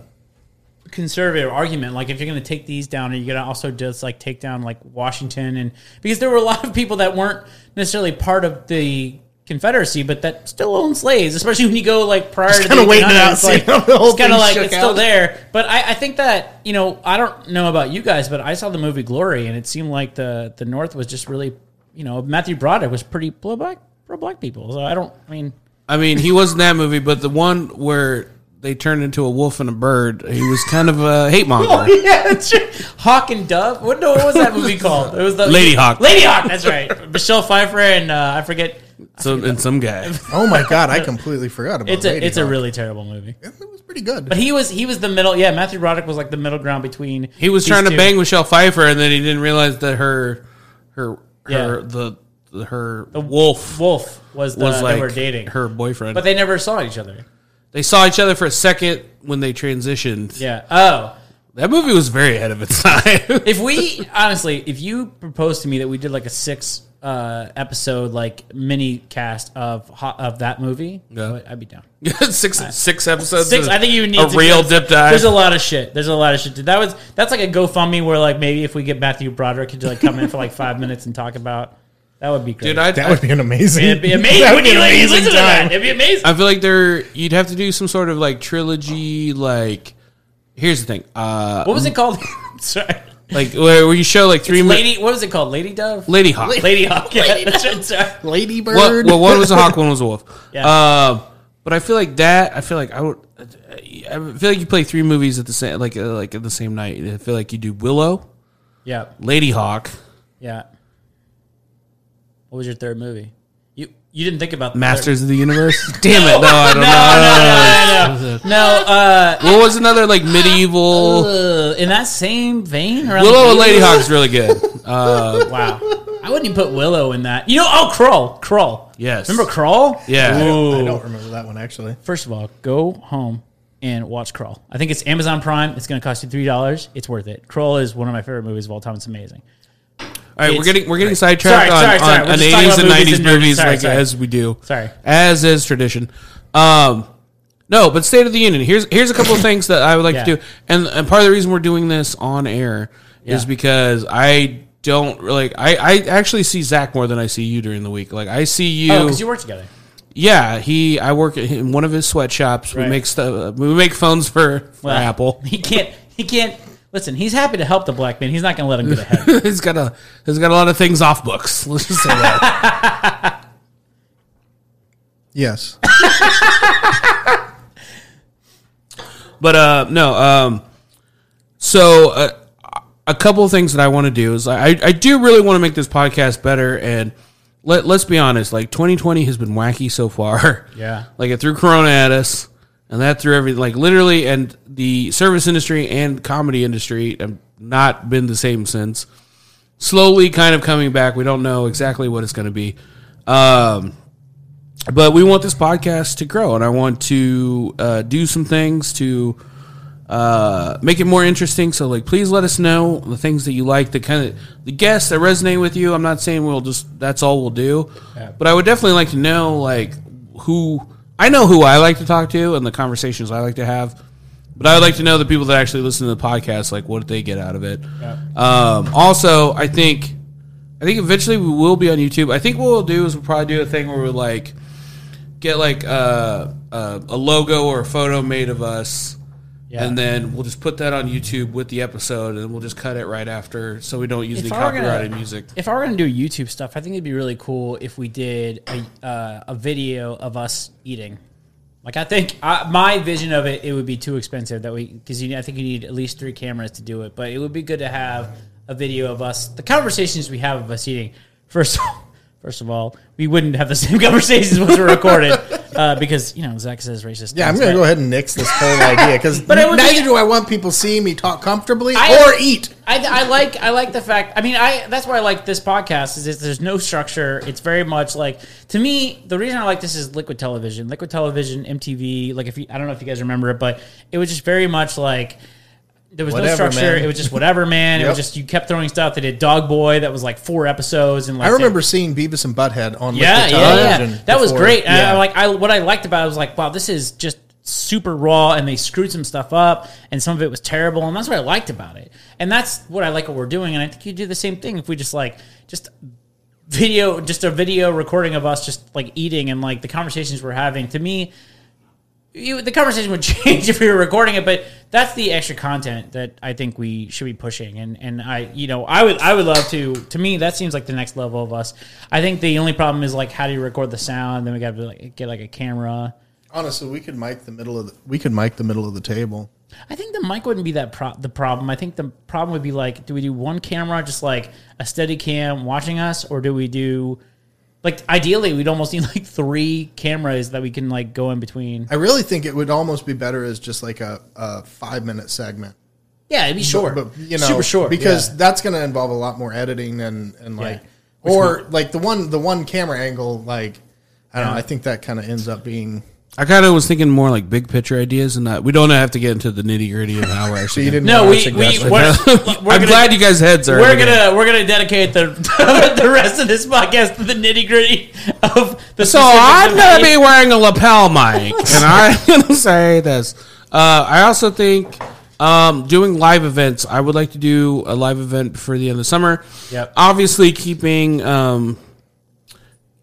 Speaker 2: conservative argument. Like, if you're going to take these down, are you going to also just like take down like Washington and because there were a lot of people that weren't necessarily part of the Confederacy, but that still owned slaves, especially when you go like prior to
Speaker 4: kinda
Speaker 2: the
Speaker 4: waiting it out,
Speaker 2: 1800s,
Speaker 4: seeing
Speaker 2: like,
Speaker 4: how the whole
Speaker 2: it's kind of
Speaker 4: thing
Speaker 2: like
Speaker 4: shook
Speaker 2: it's still
Speaker 4: out.
Speaker 2: there. But I, I think that you know I don't know about you guys, but I saw the movie Glory, and it seemed like the the North was just really you know Matthew Broderick was pretty pro black pro black people. So I don't I mean.
Speaker 1: I mean, he was in that movie, but the one where they turned into a wolf and a bird, he was kind of a hate monger.
Speaker 2: Oh, yeah, that's true. Hawk and Dove. What, no, what was that movie called? It was the
Speaker 1: Lady Hawk.
Speaker 2: Lady Hawk. That's right. Michelle Pfeiffer and uh, I forget.
Speaker 1: So and some guy.
Speaker 4: oh my god, I completely forgot
Speaker 1: Oh,
Speaker 4: about
Speaker 2: It's a
Speaker 4: Lady
Speaker 2: it's a
Speaker 4: Hawk.
Speaker 2: really terrible movie.
Speaker 4: it was pretty good.
Speaker 2: But he was he was the middle. Yeah, Matthew Broderick was like the middle ground between.
Speaker 1: He was
Speaker 2: these
Speaker 1: trying
Speaker 2: two.
Speaker 1: to bang Michelle Pfeiffer, and then he didn't realize that her, her, her
Speaker 2: Yeah.
Speaker 1: the, the her wolf
Speaker 2: Wolf was the
Speaker 1: was like
Speaker 2: they were dating
Speaker 1: her boyfriend.
Speaker 2: but they never saw each other.
Speaker 1: they saw each other for a second when they transitioned.
Speaker 2: Yeah. Oh,
Speaker 1: That movie was very ahead of its time.
Speaker 2: if we honestly, if you proposed to me that we did like a six uh episode like mini cast of ho- of that movie,
Speaker 1: Yeah.
Speaker 2: I would- I'd be down.
Speaker 1: six six episodes.
Speaker 2: Six.
Speaker 1: of
Speaker 2: I think you need
Speaker 1: a
Speaker 2: to
Speaker 1: real
Speaker 2: do-
Speaker 1: dip dive.
Speaker 2: There's a lot of shit. There's a lot of shit. That was that's like a GoFundMe where like maybe if we get Matthew Broderick to like come in for like five minutes and talk about that would be great.
Speaker 1: Dude, I,
Speaker 4: that would be an amazing.
Speaker 2: It'd be amazing.
Speaker 4: that
Speaker 2: Would
Speaker 4: would be
Speaker 2: you
Speaker 4: an
Speaker 2: like
Speaker 4: amazing
Speaker 2: listen to
Speaker 4: time.
Speaker 2: that? It'd be amazing.
Speaker 1: I feel like there you'd have to do some sort of like trilogy. Like, here's the thing. Uh,
Speaker 2: what was it called? Sorry,
Speaker 1: like where, where you show like three mi-
Speaker 2: Lady. What was it called? Lady Dove.
Speaker 1: Lady Hawk.
Speaker 2: Lady Hawk. Yeah, that's right. Sorry.
Speaker 4: Lady Bird.
Speaker 1: Well, well, one was a hawk, one was a wolf.
Speaker 2: Yeah.
Speaker 1: Um, but I feel like that. I feel like I would. I feel like you play three movies at the same like uh, like at the same night. I feel like you do Willow,
Speaker 2: Yeah,
Speaker 1: Lady Hawk,
Speaker 2: yeah. What was your third movie? You you didn't think about the
Speaker 1: Masters of the Universe. Damn it! No, I don't know.
Speaker 2: No, no, no, no, no. No, uh,
Speaker 1: What was another like medieval?
Speaker 2: uh, in that same vein, around
Speaker 1: Willow and
Speaker 2: the-
Speaker 1: Lady Hawk is really good.
Speaker 2: Wow. I wouldn't even put Willow in that. You know, oh, Crawl. Crawl.
Speaker 1: Yes.
Speaker 2: Remember Crawl?
Speaker 1: Yeah.
Speaker 2: Ooh.
Speaker 4: I don't remember that one actually.
Speaker 2: First of all, go home and watch Crawl. I think it's Amazon Prime. It's going to cost you $3. It's worth it. Crawl is one of my favorite movies of all time. It's amazing.
Speaker 1: All right, we're
Speaker 2: It's-
Speaker 1: getting we're getting
Speaker 2: Sorry,
Speaker 1: sidetracked
Speaker 2: sorry,
Speaker 1: on,
Speaker 2: sorry.
Speaker 1: on,
Speaker 2: We're
Speaker 1: on
Speaker 2: just talking
Speaker 1: 80s and
Speaker 2: about
Speaker 1: 90s
Speaker 2: movies and nerds.
Speaker 1: movies
Speaker 2: Sorry,
Speaker 1: like
Speaker 2: sorry.
Speaker 1: as we do.
Speaker 2: Sorry.
Speaker 1: As is tradition. Um no, but State of the Union. Here's here's a couple of things that I would like
Speaker 2: Yeah.
Speaker 1: to do. And and part of the reason we're doing this on air is
Speaker 2: Yeah.
Speaker 1: because I don't like I, I actually see Zach more than I see you during the week. Like I see you,
Speaker 2: Oh, because you work together.
Speaker 1: Yeah, he I work at- in one of his sweatshops.
Speaker 2: Right.
Speaker 1: We make stuff we make phones for, for
Speaker 2: Well,
Speaker 1: Apple.
Speaker 2: He can't. He can't. Listen, he's happy to help the black man. He's not going to let him get ahead.
Speaker 1: he's got a he's got a lot of things off books. Let's just say that.
Speaker 4: Yes.
Speaker 1: But uh, no. Um, so uh, a couple of things that I want to do is I, I do really want to make this podcast better and let let's be honest. Like 2020 has been wacky so far.
Speaker 2: Yeah.
Speaker 1: Like it threw Corona at us. and that through every like literally and the service industry and comedy industry have not been the same since slowly kind of coming back we don't know exactly what it's going to be um, but we want this podcast to grow and i want to uh, do some things to uh, make it more interesting so like please let us know the things that you like the kind of the guests that resonate with you i'm not saying we'll just that's all we'll do but i would definitely like to know like who i know who i like to talk to and the conversations i like to have but i would like to know the people that actually listen to the podcast like what did they get out of it um, also i think I think eventually we will be on YouTube. I think what we'll do is we'll probably do a thing where we like get like uh, uh, a logo or a photo made of us,
Speaker 2: Yeah.
Speaker 1: and then we'll just put that on YouTube with the episode, and we'll just cut it right after, so we don't use any
Speaker 2: If I were gonna-
Speaker 1: copyrighted music.
Speaker 2: If I were gonna do YouTube stuff, I think it'd be really cool if we did a, uh, a video of us eating. Like I think I, my vision of it, it would be too expensive that we because I think you need at least three cameras to do it. But it would be good to have a video of us, the conversations we have of us eating. First, first of all, we wouldn't have the same conversations once we're recorded uh, because you know Zach says racist.
Speaker 4: Yeah, I'm
Speaker 2: things,
Speaker 4: going
Speaker 2: but-
Speaker 4: to go ahead and nix this whole idea because
Speaker 2: But it
Speaker 4: neither
Speaker 2: would be-
Speaker 4: do I want people seeing me talk comfortably
Speaker 2: I-
Speaker 4: or eat.
Speaker 2: I, I like I like the fact. I mean, I that's why I like this podcast is, is there's no structure. It's very much like to me. The reason I like this is Liquid Television. Liquid Television, MTV. Like if you, I don't know if you guys remember it, but it was just very much like there was
Speaker 4: Whatever,
Speaker 2: no structure.
Speaker 4: man.
Speaker 2: It was just whatever, man. It was
Speaker 4: Yep.
Speaker 2: just you kept throwing stuff. They did Dog Boy. That was like four episodes, and like
Speaker 4: I
Speaker 2: they-
Speaker 4: remember seeing Beavis and Butthead on
Speaker 2: yeah,
Speaker 4: liquid
Speaker 2: yeah, yeah.
Speaker 4: television.
Speaker 2: That was
Speaker 4: before.
Speaker 2: great. And I,
Speaker 4: Yeah.
Speaker 2: like I, what I liked about it was like, wow, this is just super raw, and they screwed some stuff up, and some of it was terrible, and that's what I liked about it. And that's what I like what we're doing. And I think you do the same thing if we just like just video, just a video recording of us just like eating and like the conversations we're having. To me. You, the conversation would change if we were recording it, but that's the extra content that I think we should be pushing. And and I, you know, I would I would love to. To me, that seems like the next level of us. I think the only problem is like how do you record the sound? Then we got to like, get like a camera.
Speaker 4: Honestly, we could mic the middle of the, we could mic the middle of the table.
Speaker 2: I think the mic wouldn't be that pro- the problem. I think the problem would be like, do we do one camera, just like a steady cam watching us, or do we do like ideally we'd almost need like three cameras that we can like go in between.
Speaker 4: I really think it would almost be better as just like a, a five minute segment.
Speaker 2: Yeah, it'd be short,
Speaker 4: But you know,
Speaker 2: super short
Speaker 4: because
Speaker 2: yeah.
Speaker 4: that's going to involve a lot more editing and and like or like the one the one camera angle like I don't know. I think that kind of ends up being.
Speaker 1: I kind of was thinking more like big picture ideas, and not we don't have to get into the nitty gritty of how we're
Speaker 4: So you
Speaker 1: actually.
Speaker 4: didn't.
Speaker 2: No,
Speaker 4: want a
Speaker 2: we- we-
Speaker 4: suggestion.
Speaker 2: what-
Speaker 1: I'm
Speaker 2: gonna-
Speaker 1: glad you guys' heads are.
Speaker 2: We're gonna we're gonna dedicate the the rest of this podcast to the nitty gritty of the.
Speaker 1: So I'm going to be wearing a lapel mic, and I'm going to say this. Uh, I also think um, doing live events. I would like to do a live event before the end of the summer.
Speaker 2: Yep.
Speaker 1: Obviously, keeping um,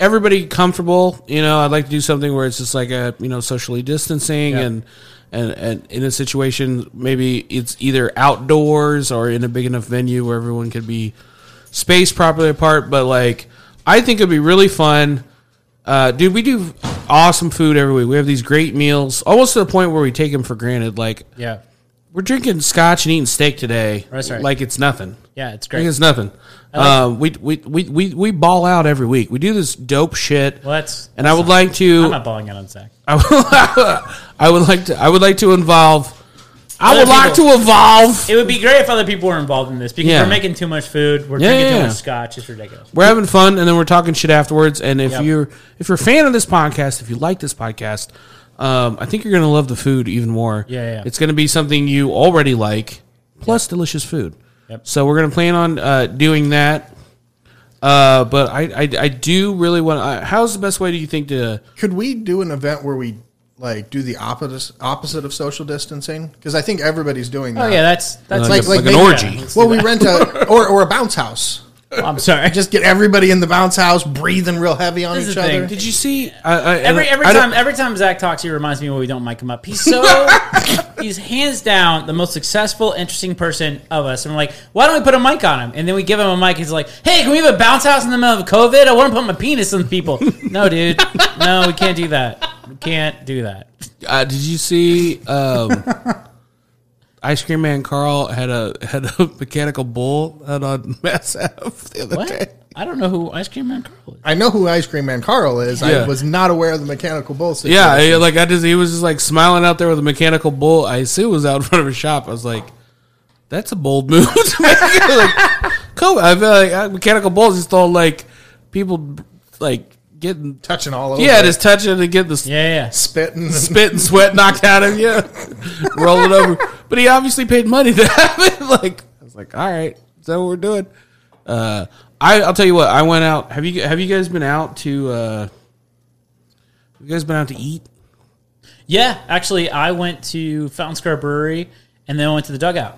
Speaker 1: everybody comfortable. You know, I'd like to do something where it's just like a you know socially distancing
Speaker 2: Yep.
Speaker 1: and. And, and in a situation, maybe it's either outdoors or in a big enough venue where everyone could be spaced properly apart. But like, I think it'd be really fun uh, dude, we do awesome food every week. We have these great meals, almost to the point where we take them for granted. Like
Speaker 2: yeah
Speaker 1: we're drinking scotch and eating steak today,
Speaker 2: That's right.
Speaker 1: like it's nothing.
Speaker 2: yeah it's
Speaker 1: Like
Speaker 2: great.
Speaker 1: it's nothing. Uh, we, we we we we ball out every week. We do this dope shit.
Speaker 2: Well, that's
Speaker 1: and I would like
Speaker 2: I'm
Speaker 1: to.
Speaker 2: not balling out on Zach.
Speaker 1: I would, I would like to. I would like to involve. I
Speaker 2: Other
Speaker 1: would like
Speaker 2: people.
Speaker 1: to evolve.
Speaker 2: It would be great if other people were involved in this because
Speaker 1: Yeah.
Speaker 2: we're making too much food. We're
Speaker 1: Yeah,
Speaker 2: drinking
Speaker 1: yeah,
Speaker 2: too
Speaker 1: yeah.
Speaker 2: much scotch. It's ridiculous.
Speaker 1: we're having fun and then we're talking shit afterwards and if
Speaker 2: Yep.
Speaker 1: you're if you're a fan of this podcast if you like this podcast um, i think you're gonna love the food even more
Speaker 2: Yeah, yeah, yeah.
Speaker 1: it's gonna be something you already like plus delicious food
Speaker 2: Yep.
Speaker 1: so we're gonna plan on uh, doing that uh, but I, I i do really want I, how's the best way do you think to
Speaker 4: Could we do an event where we like do the opposite opposite of social distancing? Because I think everybody's doing that.
Speaker 2: Oh yeah, that's that's
Speaker 1: like,
Speaker 4: like-
Speaker 1: a-
Speaker 4: like
Speaker 1: like an
Speaker 4: maybe-
Speaker 1: orgy
Speaker 4: Well, we rent a or or a bounce house.
Speaker 2: I'm sorry.
Speaker 4: Just get everybody in the bounce house breathing real heavy on
Speaker 2: This is
Speaker 4: each
Speaker 2: the thing.
Speaker 4: other.
Speaker 1: did you see I, I, and
Speaker 2: Every every
Speaker 1: I don't-
Speaker 2: time every time Zach talks, he reminds me why we don't mic him up. He's so he's hands down the most successful, interesting person of us. And we're like, why don't we put a mic on him? And then we give him a mic. He's like, hey, can we have a bounce house in the middle of COVID? I want to put my penis in people. no, dude, no, we can't do that. We can't do that.
Speaker 1: Uh, did you see um, Ice Cream Man Carl had a had a mechanical bull out on Mass Ave the other
Speaker 2: What?
Speaker 1: day?
Speaker 5: I don't know who Ice Cream Man Carl is.
Speaker 4: I know who Ice Cream Man Carl is.
Speaker 1: Yeah.
Speaker 4: I was not aware of the mechanical bull situation.
Speaker 1: Yeah, I- like I just he was just like smiling out there with a mechanical bull. I see was out in front of a shop. I was like, that's a bold move to make. like, cool. I feel like uh, mechanical bulls just all like people like getting
Speaker 4: touching all over.
Speaker 1: yeah, just touching and getting the s-
Speaker 2: Yeah, yeah.
Speaker 4: spitting. and-
Speaker 1: spit and sweat knocked out of you, rolling over. But he obviously paid money to have it. Like I was like, all right, is that what we're doing? Uh, I, I'll tell you what. I went out. Have you have you guys been out to? Uh, you guys been out to eat?
Speaker 2: Yeah, actually, I went to Fountain Square Brewery and then I went to the dugout.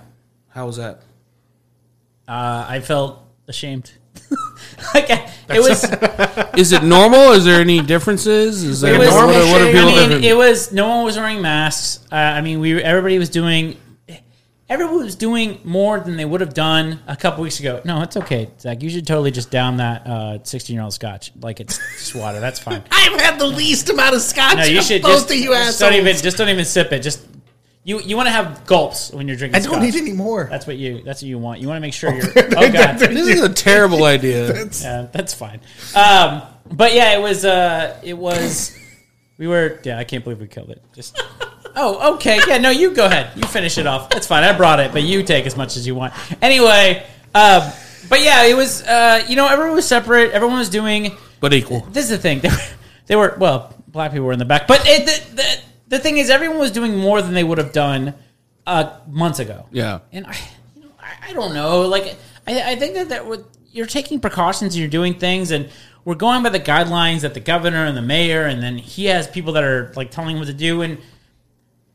Speaker 1: How was that?
Speaker 2: Uh, I felt ashamed. like I- it was,
Speaker 1: Is it normal? Is there any differences? Is there
Speaker 2: it was.
Speaker 1: what, are- what are people
Speaker 2: I mean,
Speaker 1: different-
Speaker 2: it was. No one was wearing masks. Uh, I mean, we everybody was doing. Everyone was doing more than they would have done a couple weeks ago. No, it's okay, Zach. You should totally just down that uh, sixteen-year-old scotch like it's just water. That's fine.
Speaker 4: I've had the least amount of scotch.
Speaker 2: No, you should
Speaker 4: both
Speaker 2: just,
Speaker 4: of you
Speaker 2: just don't even
Speaker 4: assholes.
Speaker 2: just don't even sip it. Just you you want to have gulps when you're drinking.
Speaker 4: I don't
Speaker 2: scotch.
Speaker 4: need any more.
Speaker 2: That's what you. That's what you want. You want to make sure you're. Oh god,
Speaker 1: This is a terrible idea.
Speaker 2: yeah, Uh, that's fine. Um, but yeah, it was. Uh, it was. We were. Yeah, I can't believe we killed it. Just. Oh, okay. Yeah, no, you go ahead. You finish it off. That's fine. I brought it, but you take as much as you want. Anyway, um, but yeah, it was. Uh, you know, everyone was separate. Everyone was doing.
Speaker 1: But equal.
Speaker 2: This is the thing. They were, they were well, black people were in the back, but it, the, the the thing is, everyone was doing more than they would have done uh, months ago.
Speaker 1: Yeah.
Speaker 2: and I, you know, I, I don't know. Like, I, I think that that would, you're taking precautions and you're doing things, and we're going by the guidelines that the governor and the mayor, and then he has people that are like telling him what to do. And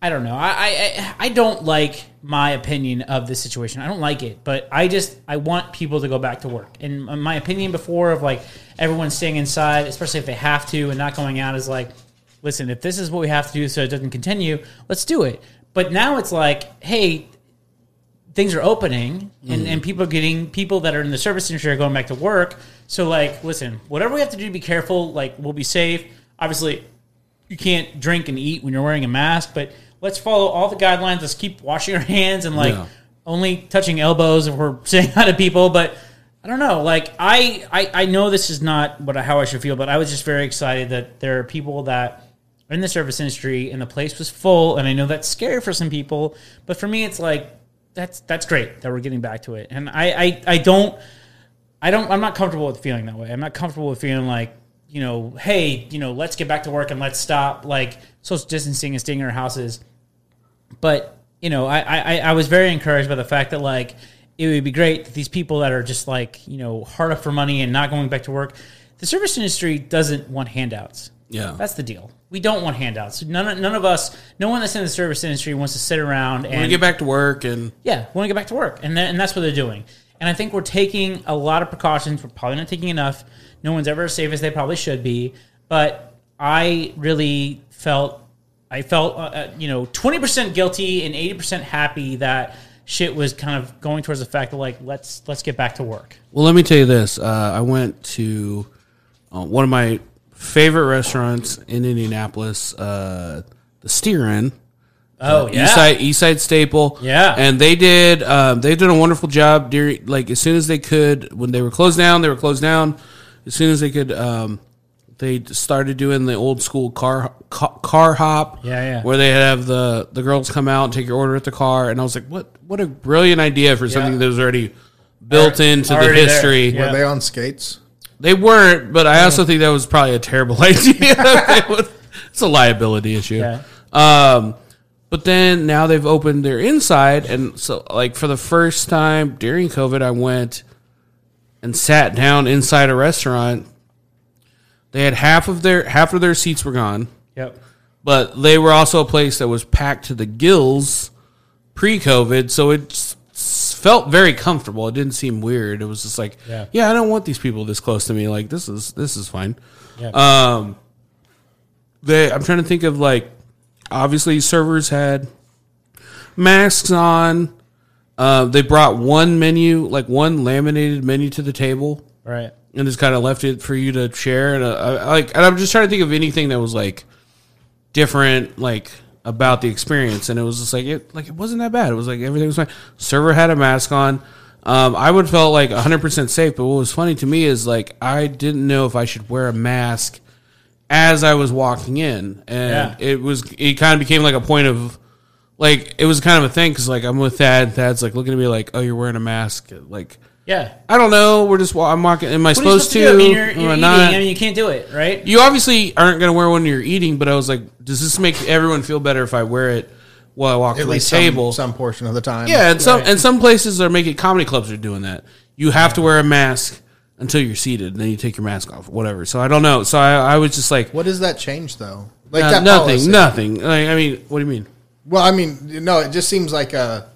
Speaker 2: I don't know. I I, I- I don't like my opinion of this situation. I don't like it, but I just I want people to go back to work. And my opinion before of like everyone staying inside, especially if they have to, and not going out is like, listen, if this is what we have to do so it doesn't continue, let's do it. But now it's like, hey, things are opening and, and people are getting people that are in the service industry are going back to work. So like, listen, whatever we have to do to be careful, like we'll be safe. Obviously, you can't drink and eat when you're wearing a mask, but let's follow all the guidelines. Let's keep washing our hands and like
Speaker 1: Yeah.
Speaker 2: only touching elbows if we're saying hi to people. But I don't know. Like I, I, I know this is not what I- how I should feel, but I was just very excited that there are people that are in the service industry and the place was full. And I know that's scary for some people, but for me, it's like that's that's great that we're getting back to it. And I, I, I don't. I don't. I'm not comfortable with feeling that way. I'm not comfortable with feeling like you know, hey, you know, let's get back to work and let's stop like social distancing and staying in our houses. But you know, I I, I- I was very encouraged by the fact that like it would be great that these people that are just like you know hard up for money and not going back to work. The service industry doesn't want handouts.
Speaker 1: Yeah.
Speaker 2: that's the deal. We don't want handouts. None of, none of us, no one that's in the service industry wants to sit around and
Speaker 1: When we get back to work and
Speaker 2: yeah, want to get back to work, and then, and that's what they're doing. And I think we're taking a lot of precautions. We're probably not taking enough. No one's ever as safe as they probably should be. But I really felt, I felt, uh, uh, you know, twenty percent guilty and eighty percent happy that shit was kind of going towards the fact that like let's let's get back to work.
Speaker 1: Well, let me tell you this. Uh, I went to uh, one of my favorite restaurants in Indianapolis, uh, the Steer Inn,
Speaker 2: Oh yeah,
Speaker 1: East Side East Side Staple.
Speaker 2: Yeah.
Speaker 1: and they did um, they did a wonderful job during like as soon as they could when they were closed down they were closed down as soon as they could um, they started doing the old school car ca- car hop.
Speaker 2: Yeah, yeah.
Speaker 1: where they have the the girls come out and take your order at the car, and I was like, what what a brilliant idea for something that was already built into the
Speaker 2: already there.
Speaker 1: history.
Speaker 2: Yeah.
Speaker 4: Were they on skates?
Speaker 1: They weren't, but I also think that was probably a terrible idea. It was- it's a liability issue.
Speaker 2: Yeah.
Speaker 1: Um, but then now they've opened their inside, and so like for the first time during COVID, I went and sat down inside a restaurant. They had half of their half of their seats were gone,
Speaker 2: yep.
Speaker 1: but they were also a place that was packed to the gills pre-COVID, so it s- s- felt very comfortable. It didn't seem weird. It was just like,
Speaker 2: Yeah.
Speaker 1: yeah, I don't want these people this close to me. Like this is this is fine.
Speaker 2: Yeah.
Speaker 1: Um, they, I'm trying to think of like, obviously servers had masks on. Uh, they brought one menu, like one laminated menu, to the table
Speaker 2: Right.
Speaker 1: and just kind of left it for you to share. And uh, I, I- like, and I'm just trying to think of anything that was like different, like about the experience. And it was just like it, like it wasn't that bad. It was like everything was fine. Server had a mask on. Um, I would have felt like 100% safe, but what was funny to me is like I didn't know if I should wear a mask as I was walking in, and
Speaker 2: Yeah.
Speaker 1: it was it kind of became like a point of like it was kind of a thing because like I'm with Thad, Thad's like looking at me like, oh, you're wearing a mask, like
Speaker 2: Yeah.
Speaker 1: I don't know, we're just wa- I'm walking. Am I
Speaker 2: What are you
Speaker 1: supposed
Speaker 2: supposed
Speaker 1: to?
Speaker 2: do? I mean, you're,
Speaker 1: Am
Speaker 2: you're
Speaker 1: I
Speaker 2: eating.
Speaker 1: not?
Speaker 2: I mean, you can't do it, right?
Speaker 1: you obviously aren't going to wear one when you're eating, but I was like, does this make everyone feel better if I wear it while I walk
Speaker 4: At
Speaker 1: to my
Speaker 4: least some-
Speaker 1: table?
Speaker 4: some, portion of the time.
Speaker 1: Yeah, and some and some places are making comedy clubs are doing that. You have to wear a mask until you're seated, and then you take your mask off, whatever. So I don't know. So I, I was just like,
Speaker 4: What does that change though? Like
Speaker 1: uh,
Speaker 4: that
Speaker 1: nothing,
Speaker 4: policy.
Speaker 1: nothing. Like, I mean, what do you mean?
Speaker 4: Well, I mean, no, it just seems like a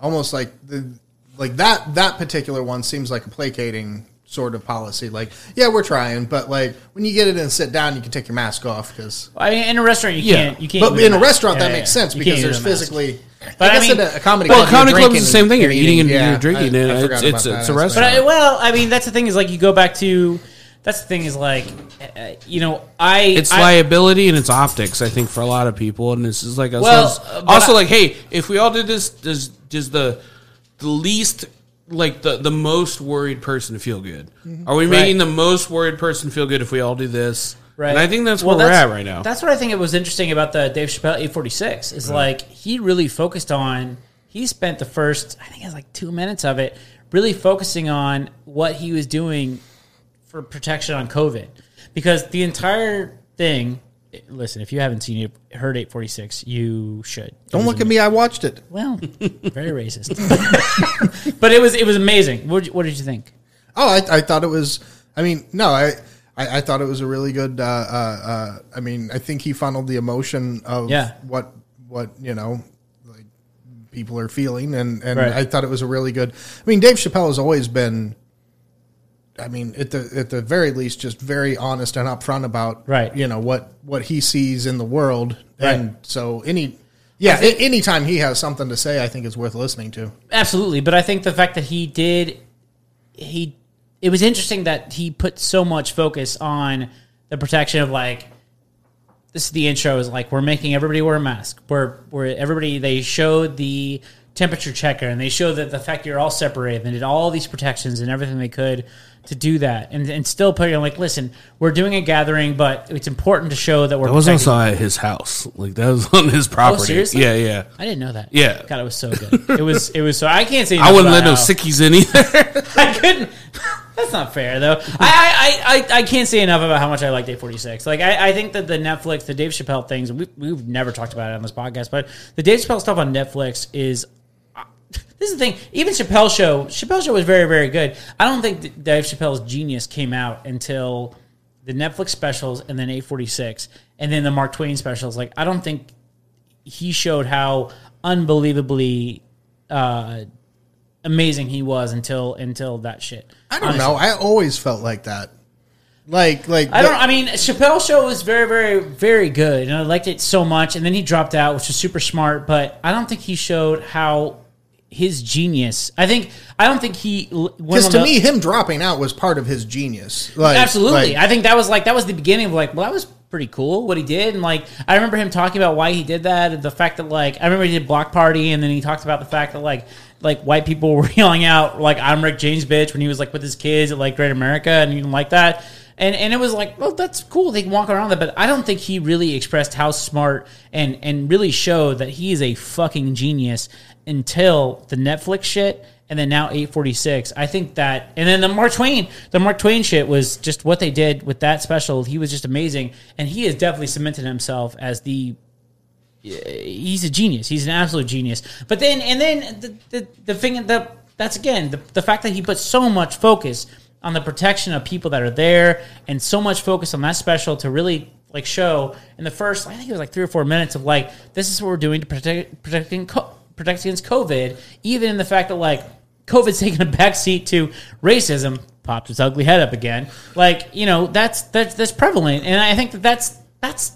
Speaker 4: almost like the like that that particular one seems like a placating sort of policy. Like, yeah, we're trying, but like when you get it and sit down, you can take your mask off because.
Speaker 2: I mean, in a restaurant, you
Speaker 1: Yeah.
Speaker 2: can't. You can't.
Speaker 4: But
Speaker 2: eat
Speaker 4: in a
Speaker 2: mask.
Speaker 4: restaurant,
Speaker 2: Yeah,
Speaker 4: that
Speaker 2: yeah,
Speaker 4: makes
Speaker 2: yeah.
Speaker 4: sense
Speaker 2: You
Speaker 4: because
Speaker 2: can't eat
Speaker 4: there's
Speaker 2: a mask.
Speaker 4: physically.
Speaker 2: But I
Speaker 4: I guess
Speaker 2: mean-
Speaker 4: at a comedy
Speaker 1: Well,
Speaker 4: club, you're
Speaker 1: comedy clubs
Speaker 4: drinking
Speaker 1: is the same thing. You're eating and
Speaker 4: yeah,
Speaker 1: you're drinking.
Speaker 4: I-
Speaker 1: and
Speaker 4: I
Speaker 1: it's it's,
Speaker 4: forgot about
Speaker 1: it's
Speaker 4: that
Speaker 1: a
Speaker 4: aspect.
Speaker 2: But
Speaker 1: restaurant.
Speaker 2: I, well, I mean, that's the thing is like you go back to. That's the thing is like, uh, you know, I.
Speaker 1: it's
Speaker 2: I,
Speaker 1: liability and it's optics, I think, for a lot of people. And this is like,
Speaker 2: Well,
Speaker 1: also,
Speaker 2: uh, but
Speaker 1: also
Speaker 2: I-
Speaker 1: like, hey, if we all did this, does does the the least like the the most worried person feel good?
Speaker 2: Mm-hmm.
Speaker 1: Are we making the most worried person feel good if we all do this?
Speaker 2: Right.
Speaker 1: And I think that's
Speaker 2: Well,
Speaker 1: where we're at right now.
Speaker 2: That's what I think it was interesting about the Dave Chappelle 846 is like he really focused on he spent the first I think it was like 2 minutes of it really focusing on what he was doing for protection on COVID because the entire thing listen if you haven't seen it heard 846 you should It
Speaker 4: Don't
Speaker 2: was
Speaker 4: look at me. I watched it.
Speaker 2: well very racist but it was it was amazing what did you, what did you think
Speaker 4: Oh, I, I thought it was. I mean, no, I, I, I thought it was a really good. Uh, uh, uh, I mean, I think he funneled the emotion of
Speaker 2: Yeah.
Speaker 4: what what you know, like people are feeling, and and
Speaker 2: Right.
Speaker 4: I thought it was a really good. I mean, Dave Chappelle has always been. I mean, at the at the very least, just very honest and upfront about
Speaker 2: Right.
Speaker 4: You know what what he sees in the world, and
Speaker 2: Right.
Speaker 4: so any. Yeah, a- anytime he has something to say, I think it's worth listening to.
Speaker 2: Absolutely, but I think the fact that he did, he, it was interesting that he put so much focus on the protection of like, this is the intro is like we're making everybody wear a mask. We're we're everybody they showed the temperature checker and they showed that the fact you're all separated and did all these protections and everything they could to do that and and still putting on like listen we're doing a gathering but it's important to show that we're
Speaker 1: That was
Speaker 2: protecting.
Speaker 1: also at his house. Like that was on his property.
Speaker 2: Oh, seriously?
Speaker 1: Yeah, yeah.
Speaker 2: I didn't know that.
Speaker 1: Yeah.
Speaker 2: God, it was so good. It was it was so I can't say
Speaker 1: I
Speaker 2: enough
Speaker 1: wouldn't let
Speaker 2: about
Speaker 1: no
Speaker 2: how-
Speaker 1: sickies in either.
Speaker 2: I couldn't. That's not fair, though. I, I, I, I can't say enough about how much I liked Day 46. Like, I, I think that the Netflix, the Dave Chappelle things, we, we've never talked about it on this podcast, but the Dave Chappelle stuff on Netflix is. uh, This is the thing. Even Chappelle show, Chappelle show was very, very good. I don't think that Dave Chappelle's genius came out until the Netflix specials and then 846 and then the Mark Twain specials. Like, I don't think he showed how unbelievably uh, amazing he was until until that shit.
Speaker 4: I don't know. I always felt like that. Like like
Speaker 2: I don't. I mean, Chappelle's show was very, very, very good, and I liked it so much. And then he dropped out, which was super smart. But I don't think he showed how his genius. I think I don't think he
Speaker 4: Because to me, him dropping out was part of his genius. Like,
Speaker 2: absolutely.
Speaker 4: like,
Speaker 2: I think that was like that was the beginning of like, well, that was pretty cool what he did, and like I remember him talking about why he did that, and the fact that like I remember he did Block Party, and then he talked about the fact that like like white people were yelling out like I'm Rick James bitch when he was like with his kids at like Great America, and he didn't like that. And, and it was like, well, that's cool. They can walk around that, but I don't think he really expressed how smart and and really showed that he is a fucking genius until the Netflix shit and then now 846 i think that and then the mark twain the mark twain shit was just what they did with that special he was just amazing and he has definitely cemented himself as the he's a genius he's an absolute genius but then and then the the, the thing that that's again the, the fact that he put so much focus on the protection of people that are there and so much focus on that special to really like show in the first i think it was like three or four minutes of like this is what we're doing to protect protecting co- protect against COVID, even in the fact that like COVID's taking a backseat to racism, popped its ugly head up again. Like you know that's that's that's prevalent, and I think that that's that's.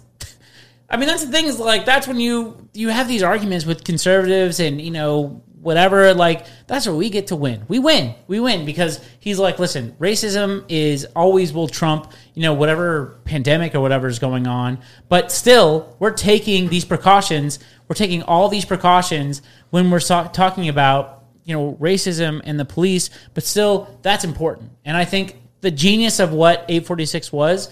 Speaker 2: I mean, that's the thing is like that's when you you have these arguments with conservatives and you know whatever. Like that's where we get to win. We win. We win because he's like, listen, racism is always will trump you know whatever pandemic or whatever is going on. But still, we're taking these precautions. We're taking all these precautions when we're so- talking about you know racism and the police, but still that's important. And I think the genius of what 846 was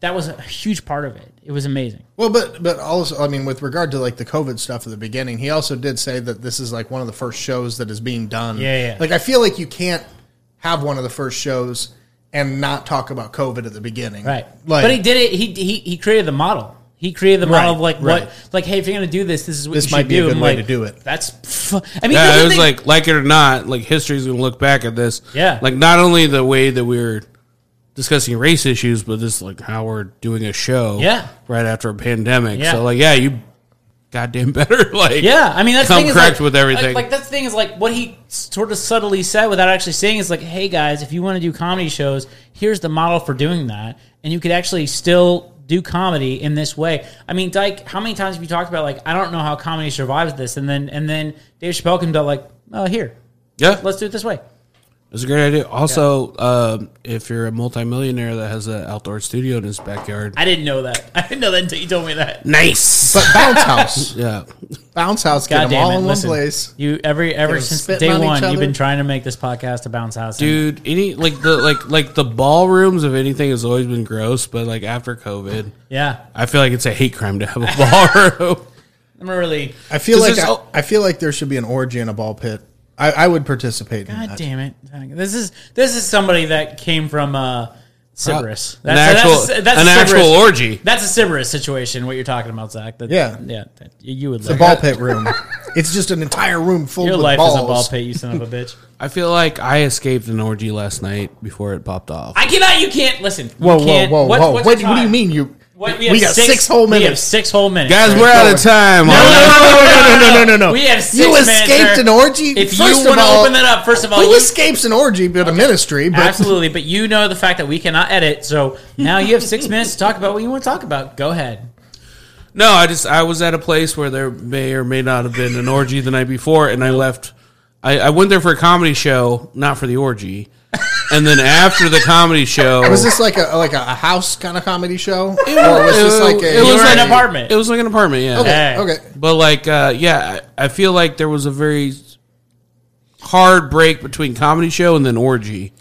Speaker 2: that was a huge part of it. It was amazing.
Speaker 4: Well, but but also, I mean, with regard to like the COVID stuff at the beginning, he also did say that this is like one of the first shows that is being done.
Speaker 2: Yeah, yeah.
Speaker 4: Like I feel like you can't have one of the first shows and not talk about COVID at the beginning,
Speaker 2: Right.
Speaker 4: Like,
Speaker 2: but he did it. He he, he created the model. He created the model
Speaker 4: Right,
Speaker 2: of like
Speaker 4: right.
Speaker 2: what like hey, if you're gonna do this, this is what
Speaker 4: This
Speaker 2: you should
Speaker 4: might be a
Speaker 2: do.
Speaker 4: good
Speaker 2: I'm
Speaker 4: way
Speaker 2: like,
Speaker 4: to do it.
Speaker 2: That's. pff- I mean, the
Speaker 1: Yeah,
Speaker 2: other
Speaker 1: it was
Speaker 2: thing-
Speaker 1: like like it or not, like history's gonna look back at this.
Speaker 2: Yeah.
Speaker 1: like not only the way that we were discussing race issues, but this like how we're doing a show.
Speaker 2: Yeah.
Speaker 1: right after a pandemic.
Speaker 2: Yeah.
Speaker 1: So like, yeah, you goddamn better. Like,
Speaker 2: Yeah, I mean that's the
Speaker 1: Come
Speaker 2: thing is,
Speaker 1: correct
Speaker 2: like-
Speaker 1: with everything.
Speaker 2: Like, like that's the thing is like what he sort of subtly said without actually saying is like, hey guys, if you want to do comedy shows, here's the model for doing that, and you could actually still do comedy in this way. I mean, Dyke, how many times have you talked about like I don't know how comedy survives this, and then and then Dave Chappelle comes out like, oh here,
Speaker 1: yeah,
Speaker 2: let's do it this way.
Speaker 1: It's a great idea. Also, um, if you're a multimillionaire that has an outdoor studio in his backyard,
Speaker 2: I didn't know that. I didn't know that until you told me that.
Speaker 1: nice.
Speaker 4: but bounce house,
Speaker 1: yeah,
Speaker 4: bounce house, get
Speaker 2: God
Speaker 4: them all
Speaker 2: damn it!
Speaker 4: in
Speaker 2: Listen,
Speaker 4: one place.
Speaker 2: you every ever
Speaker 4: They're
Speaker 2: since
Speaker 4: spitting
Speaker 2: day
Speaker 4: on each
Speaker 2: one, you've
Speaker 4: other.
Speaker 2: been trying to make this podcast a bounce house, and
Speaker 1: dude. Any like the like like the ballrooms of anything has always been gross, but like after COVID,
Speaker 2: yeah,
Speaker 1: I feel like it's a hate crime to have a ballroom.
Speaker 2: I'm really.
Speaker 4: I feel
Speaker 1: 'Cause
Speaker 4: like
Speaker 1: there's
Speaker 4: I,
Speaker 1: al-
Speaker 4: I feel like there should be an orgy in a ball pit. I, I would participate. in
Speaker 2: God
Speaker 4: that.
Speaker 2: damn it! This is this is somebody that came from uh, Sybaris.
Speaker 1: an actual
Speaker 2: a-
Speaker 1: an
Speaker 2: a
Speaker 1: actual
Speaker 2: Sybaris-
Speaker 1: orgy.
Speaker 2: That's a Sybaris situation. What you're talking about, Zach? That-
Speaker 4: Yeah.
Speaker 2: yeah. that- you would.
Speaker 4: The
Speaker 2: love
Speaker 4: ball pit room. It's just an entire room full
Speaker 2: Your
Speaker 4: of
Speaker 2: life
Speaker 4: balls.
Speaker 2: is a ball pit. You son of a bitch.
Speaker 1: I feel like I escaped an orgy last night before it popped off.
Speaker 2: I cannot. You can't listen. you
Speaker 4: Whoa, whoa,
Speaker 2: can't-
Speaker 4: whoa,
Speaker 2: what-
Speaker 4: whoa!
Speaker 2: what's
Speaker 4: What,
Speaker 2: the
Speaker 4: what do you
Speaker 2: time?
Speaker 4: mean you?
Speaker 2: What,
Speaker 4: we, got six, whole
Speaker 2: We have
Speaker 4: minutes.
Speaker 2: six whole minutes,
Speaker 1: Guys,
Speaker 2: sir.
Speaker 1: we're out of time.
Speaker 4: no, no, no, no, no.
Speaker 2: We have six
Speaker 4: you
Speaker 2: minutes,
Speaker 4: escaped
Speaker 2: sir.
Speaker 4: an orgy.
Speaker 2: If
Speaker 4: First
Speaker 2: you want
Speaker 4: of
Speaker 2: to
Speaker 4: all,
Speaker 2: open that up, first of all,
Speaker 4: who
Speaker 2: you,
Speaker 4: escapes an orgy but a ministry? But
Speaker 2: absolutely. But you know the fact that we cannot edit, so now you have six minutes to talk about what you want to talk about. Go ahead.
Speaker 1: No, I just I was at a place where there may or may not have been an orgy the night before, and I left. I, I went there for a comedy show, not for the orgy. And then after the comedy show,
Speaker 4: was this like a like a a house kind of comedy show,
Speaker 1: It
Speaker 4: or was this like a?
Speaker 1: it was
Speaker 2: were
Speaker 1: like
Speaker 2: in an apartment.
Speaker 1: It was like an apartment, yeah.
Speaker 4: Okay,
Speaker 2: Hey.
Speaker 4: okay.
Speaker 1: But like, uh, yeah, I, I feel like there was a very hard break between comedy show and then orgy.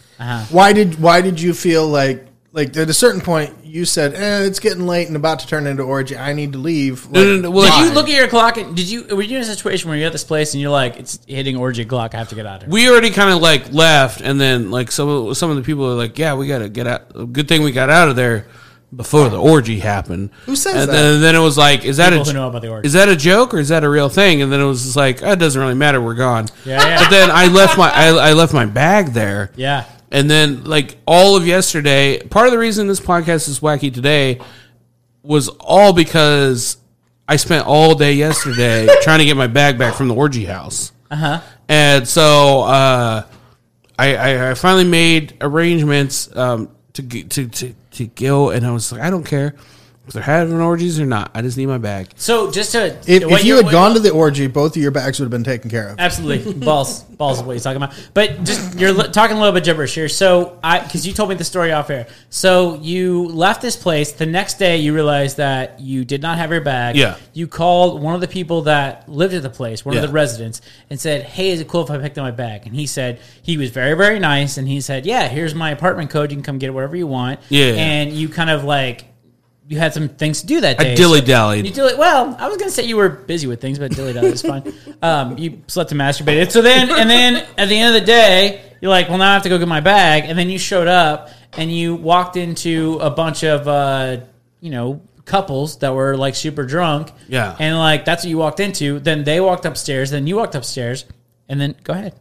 Speaker 4: Why did why did you feel like like at a certain point you said eh, it's getting late and about to turn into orgy? I need to leave. Like,
Speaker 1: no, no, well,
Speaker 4: why?
Speaker 1: Fine.
Speaker 2: Did you look at your clock? And did you were you in a situation where you're at this place and you're like, it's hitting orgy clock. I have to get out of here.
Speaker 1: we already kind of like left, and then like some of, some of the people are like, "Yeah, we gotta get out." Good thing we got out of there before the orgy happened.
Speaker 4: Who says
Speaker 1: and
Speaker 4: that?
Speaker 1: Then, then it was like, "Is that
Speaker 2: People
Speaker 1: a
Speaker 2: who know about the orgy.
Speaker 1: is that a joke or is that a real thing?" And then it was just like, "Oh, "It doesn't really matter. We're gone."
Speaker 2: Yeah, yeah.
Speaker 1: But then I left my I, I left my bag there.
Speaker 2: yeah.
Speaker 1: And then like all of yesterday, part of the reason this podcast is wacky today was all because I spent all day yesterday trying to get my bag back from the orgy house. Uh-huh. And so uh I, I, I finally made arrangements um, to, g- to to to go, and I was like, I don't care if they're having orgies or not. I just need my bag.
Speaker 2: So just to
Speaker 4: If,
Speaker 2: what
Speaker 4: if you had
Speaker 2: what-
Speaker 4: gone to the orgy, both of your bags would have been taken care of.
Speaker 2: absolutely balls balls is what you're talking about. But just you're li- talking a little bit gibberish here. So I because you told me the story off air. So you left this place the next day. You realized that you did not have your bag.
Speaker 1: Yeah.
Speaker 2: You called one of the people that lived at the place, one
Speaker 1: Yeah.
Speaker 2: of the residents, and said, "Hey, is it cool if I picked up my bag?" And he said he was very very nice, and he said, "Yeah, here's my apartment code. You can come get it whatever you want."
Speaker 1: Yeah.
Speaker 2: And you kind of like. You had some things to do that
Speaker 1: I
Speaker 2: day.
Speaker 1: dilly
Speaker 2: You
Speaker 1: dallied.
Speaker 2: dilly. Well, I was gonna say you were busy with things, but dilly dally is fine. Um, you slept and masturbated. So then, and then at the end of the day, you're like, well, now I have to go get my bag. And then you showed up and you walked into a bunch of, uh, you know, couples that were like super drunk.
Speaker 1: Yeah.
Speaker 2: And like that's what you walked into. Then they walked upstairs. Then you walked upstairs. And then go ahead.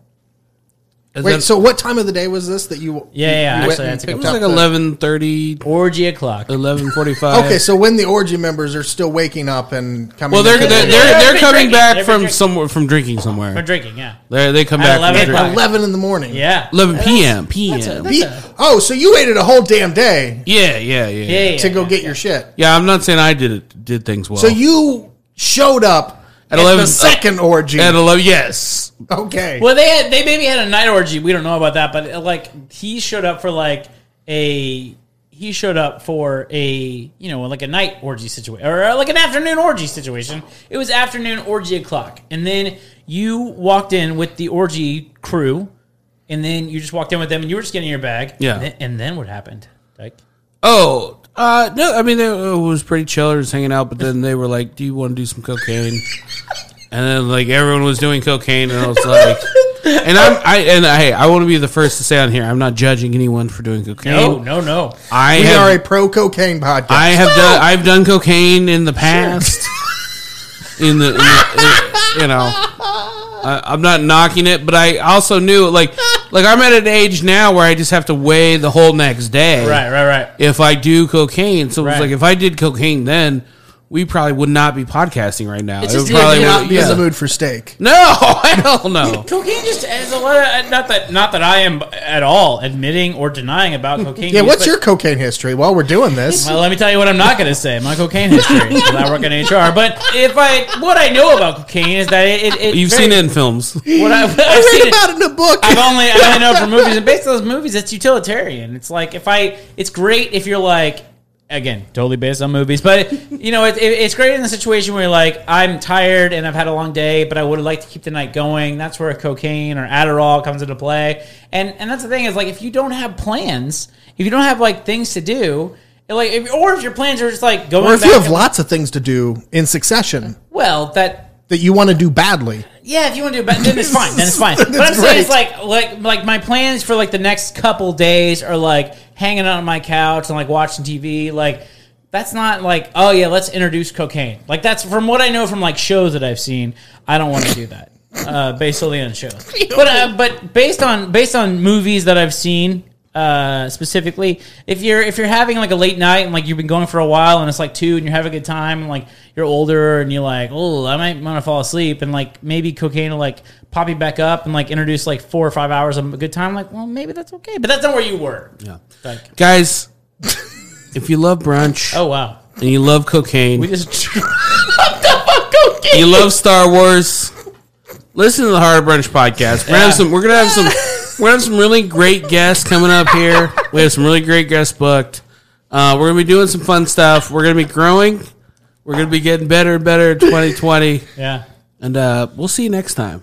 Speaker 4: Wait, so what time of the day was this that you?
Speaker 2: Yeah, yeah,
Speaker 4: you
Speaker 2: actually,
Speaker 4: went and
Speaker 2: that's a good
Speaker 1: it
Speaker 4: picked
Speaker 1: was like
Speaker 4: up the-
Speaker 1: 11.30,
Speaker 2: Orgy o'clock.
Speaker 4: Uh,
Speaker 1: 11.45.
Speaker 4: Okay, so when the orgy members are still waking up and coming,
Speaker 1: Uh, Well, they're
Speaker 4: up-
Speaker 1: they're,
Speaker 2: They've
Speaker 1: they're,
Speaker 2: been
Speaker 1: they're coming
Speaker 2: drinking.
Speaker 1: back
Speaker 2: They've been
Speaker 1: from
Speaker 2: drinking.
Speaker 1: somewhere from drinking
Speaker 2: For
Speaker 1: somewhere.
Speaker 2: drinking, yeah.
Speaker 1: They they come
Speaker 2: At
Speaker 1: back
Speaker 2: 11
Speaker 1: from
Speaker 2: o'clock.
Speaker 1: drinking.
Speaker 4: eleven in the morning.
Speaker 2: Yeah.
Speaker 1: eleven p.m. p.m.
Speaker 4: Be- oh, so you waited a whole damn day
Speaker 1: yeah, yeah, yeah,
Speaker 2: Yeah,
Speaker 1: yeah.
Speaker 2: yeah,
Speaker 4: to go
Speaker 2: yeah.
Speaker 4: get your shit.
Speaker 1: I'm not saying I did it, did things well.
Speaker 4: So you showed up
Speaker 1: At
Speaker 4: at,
Speaker 1: 11
Speaker 4: the second orgy.
Speaker 1: at eleven? Yes.
Speaker 4: okay.
Speaker 2: Well, they had they maybe had a night orgy. We don't know about that, but uh, like he showed up for like a he he showed up for a you know like a night orgy situation or uh, like an afternoon orgy situation. It was afternoon orgy o'clock, and then you walked in with the orgy crew, and then you just walked in with them, and you were just getting your bag.
Speaker 1: Yeah.
Speaker 2: and then, and then what happened? Like,
Speaker 1: Oh, uh, no, I mean, it was pretty chill. They was hanging out, but then they were like, do you want to do some cocaine? And then, like, everyone was doing cocaine, and I was like, and I'm, I, and hey, I want to be the first to say on here, I'm not judging anyone for doing cocaine.
Speaker 2: no, no, no.
Speaker 1: I
Speaker 4: We
Speaker 1: have,
Speaker 4: are a pro cocaine podcast.
Speaker 1: I have done, I've done cocaine in the past. In the, in the in- you know, I, I'm not knocking it, but I also knew, like, like I'm at an age now where I just have to weigh the whole next day,
Speaker 2: Right, right, right.
Speaker 1: if I do cocaine. So it was
Speaker 2: Right.
Speaker 1: like if I did cocaine then we probably would not be podcasting right now.
Speaker 2: It's
Speaker 1: It
Speaker 2: just-
Speaker 1: would probably
Speaker 4: You're
Speaker 1: would-
Speaker 4: not be in
Speaker 1: yeah.
Speaker 4: the mood for steak.
Speaker 1: No, hell no.
Speaker 2: Cocaine just has a lot of not that not that I am at all admitting or denying about cocaine.
Speaker 4: Yeah,
Speaker 2: use,
Speaker 4: what's
Speaker 2: but-
Speaker 4: your cocaine history while we're doing this?
Speaker 2: Well, let me tell you what I'm not going to say. My cocaine history. 'cause I work in HR, but if I what I know about cocaine is that it. it, it
Speaker 1: You've
Speaker 2: very-
Speaker 1: seen it in films.
Speaker 2: What I've, I've
Speaker 4: I
Speaker 2: seen it.
Speaker 4: read about it in a book.
Speaker 2: I've only I only know it from movies, and based on those movies, it's utilitarian. It's like if I, it's great if you're like, again, totally based on movies, but you know, it, it, it's great in the situation where you're like, I'm tired and I've had a long day, but I would like to keep the night going. That's where cocaine or Adderall comes into play, and and that's the thing is like if you don't have plans, if you don't have like things to do. Like, if, or if your plans are just like going,
Speaker 4: Or if
Speaker 2: back
Speaker 4: you have
Speaker 2: and-
Speaker 4: lots of things to do in succession
Speaker 2: well, that
Speaker 4: that you want to do badly,
Speaker 2: yeah, if you want to do it, but then it's fine. Then it's fine.
Speaker 4: Then
Speaker 2: but I'm
Speaker 4: it's
Speaker 2: saying it's
Speaker 4: great.
Speaker 2: like like like my plans for like the next couple days are like hanging out on my couch and like watching TV. Like that's not like oh yeah, let's introduce cocaine. Like that's from what I know from like shows that I've seen. I don't want to do that. Uh, based solely on shows, but uh, but based on based on movies that I've seen uh, specifically, if you're if you're having like a late night and like you've been going for a while and it's like two and you're having a good time and like you're older and you're like, oh, I might want to fall asleep and like maybe cocaine will like pop you back up and like introduce like four or five hours of a good time. Like, well, maybe that's okay, but that's not where you were.
Speaker 1: Yeah.
Speaker 2: Like,
Speaker 1: Guys, if you love brunch
Speaker 2: oh wow,
Speaker 1: and you love cocaine,
Speaker 2: we just
Speaker 1: you love Star Wars, listen to the Hard Brunch podcast. We're gonna
Speaker 2: Yeah.
Speaker 1: have some we're gonna have some we're gonna have some really great guests coming up here. We have some really great guests booked. Uh, we're gonna be doing some fun stuff. We're gonna be growing. We're gonna be getting better and better in twenty twenty.
Speaker 2: yeah.
Speaker 1: And uh, we'll see you next time.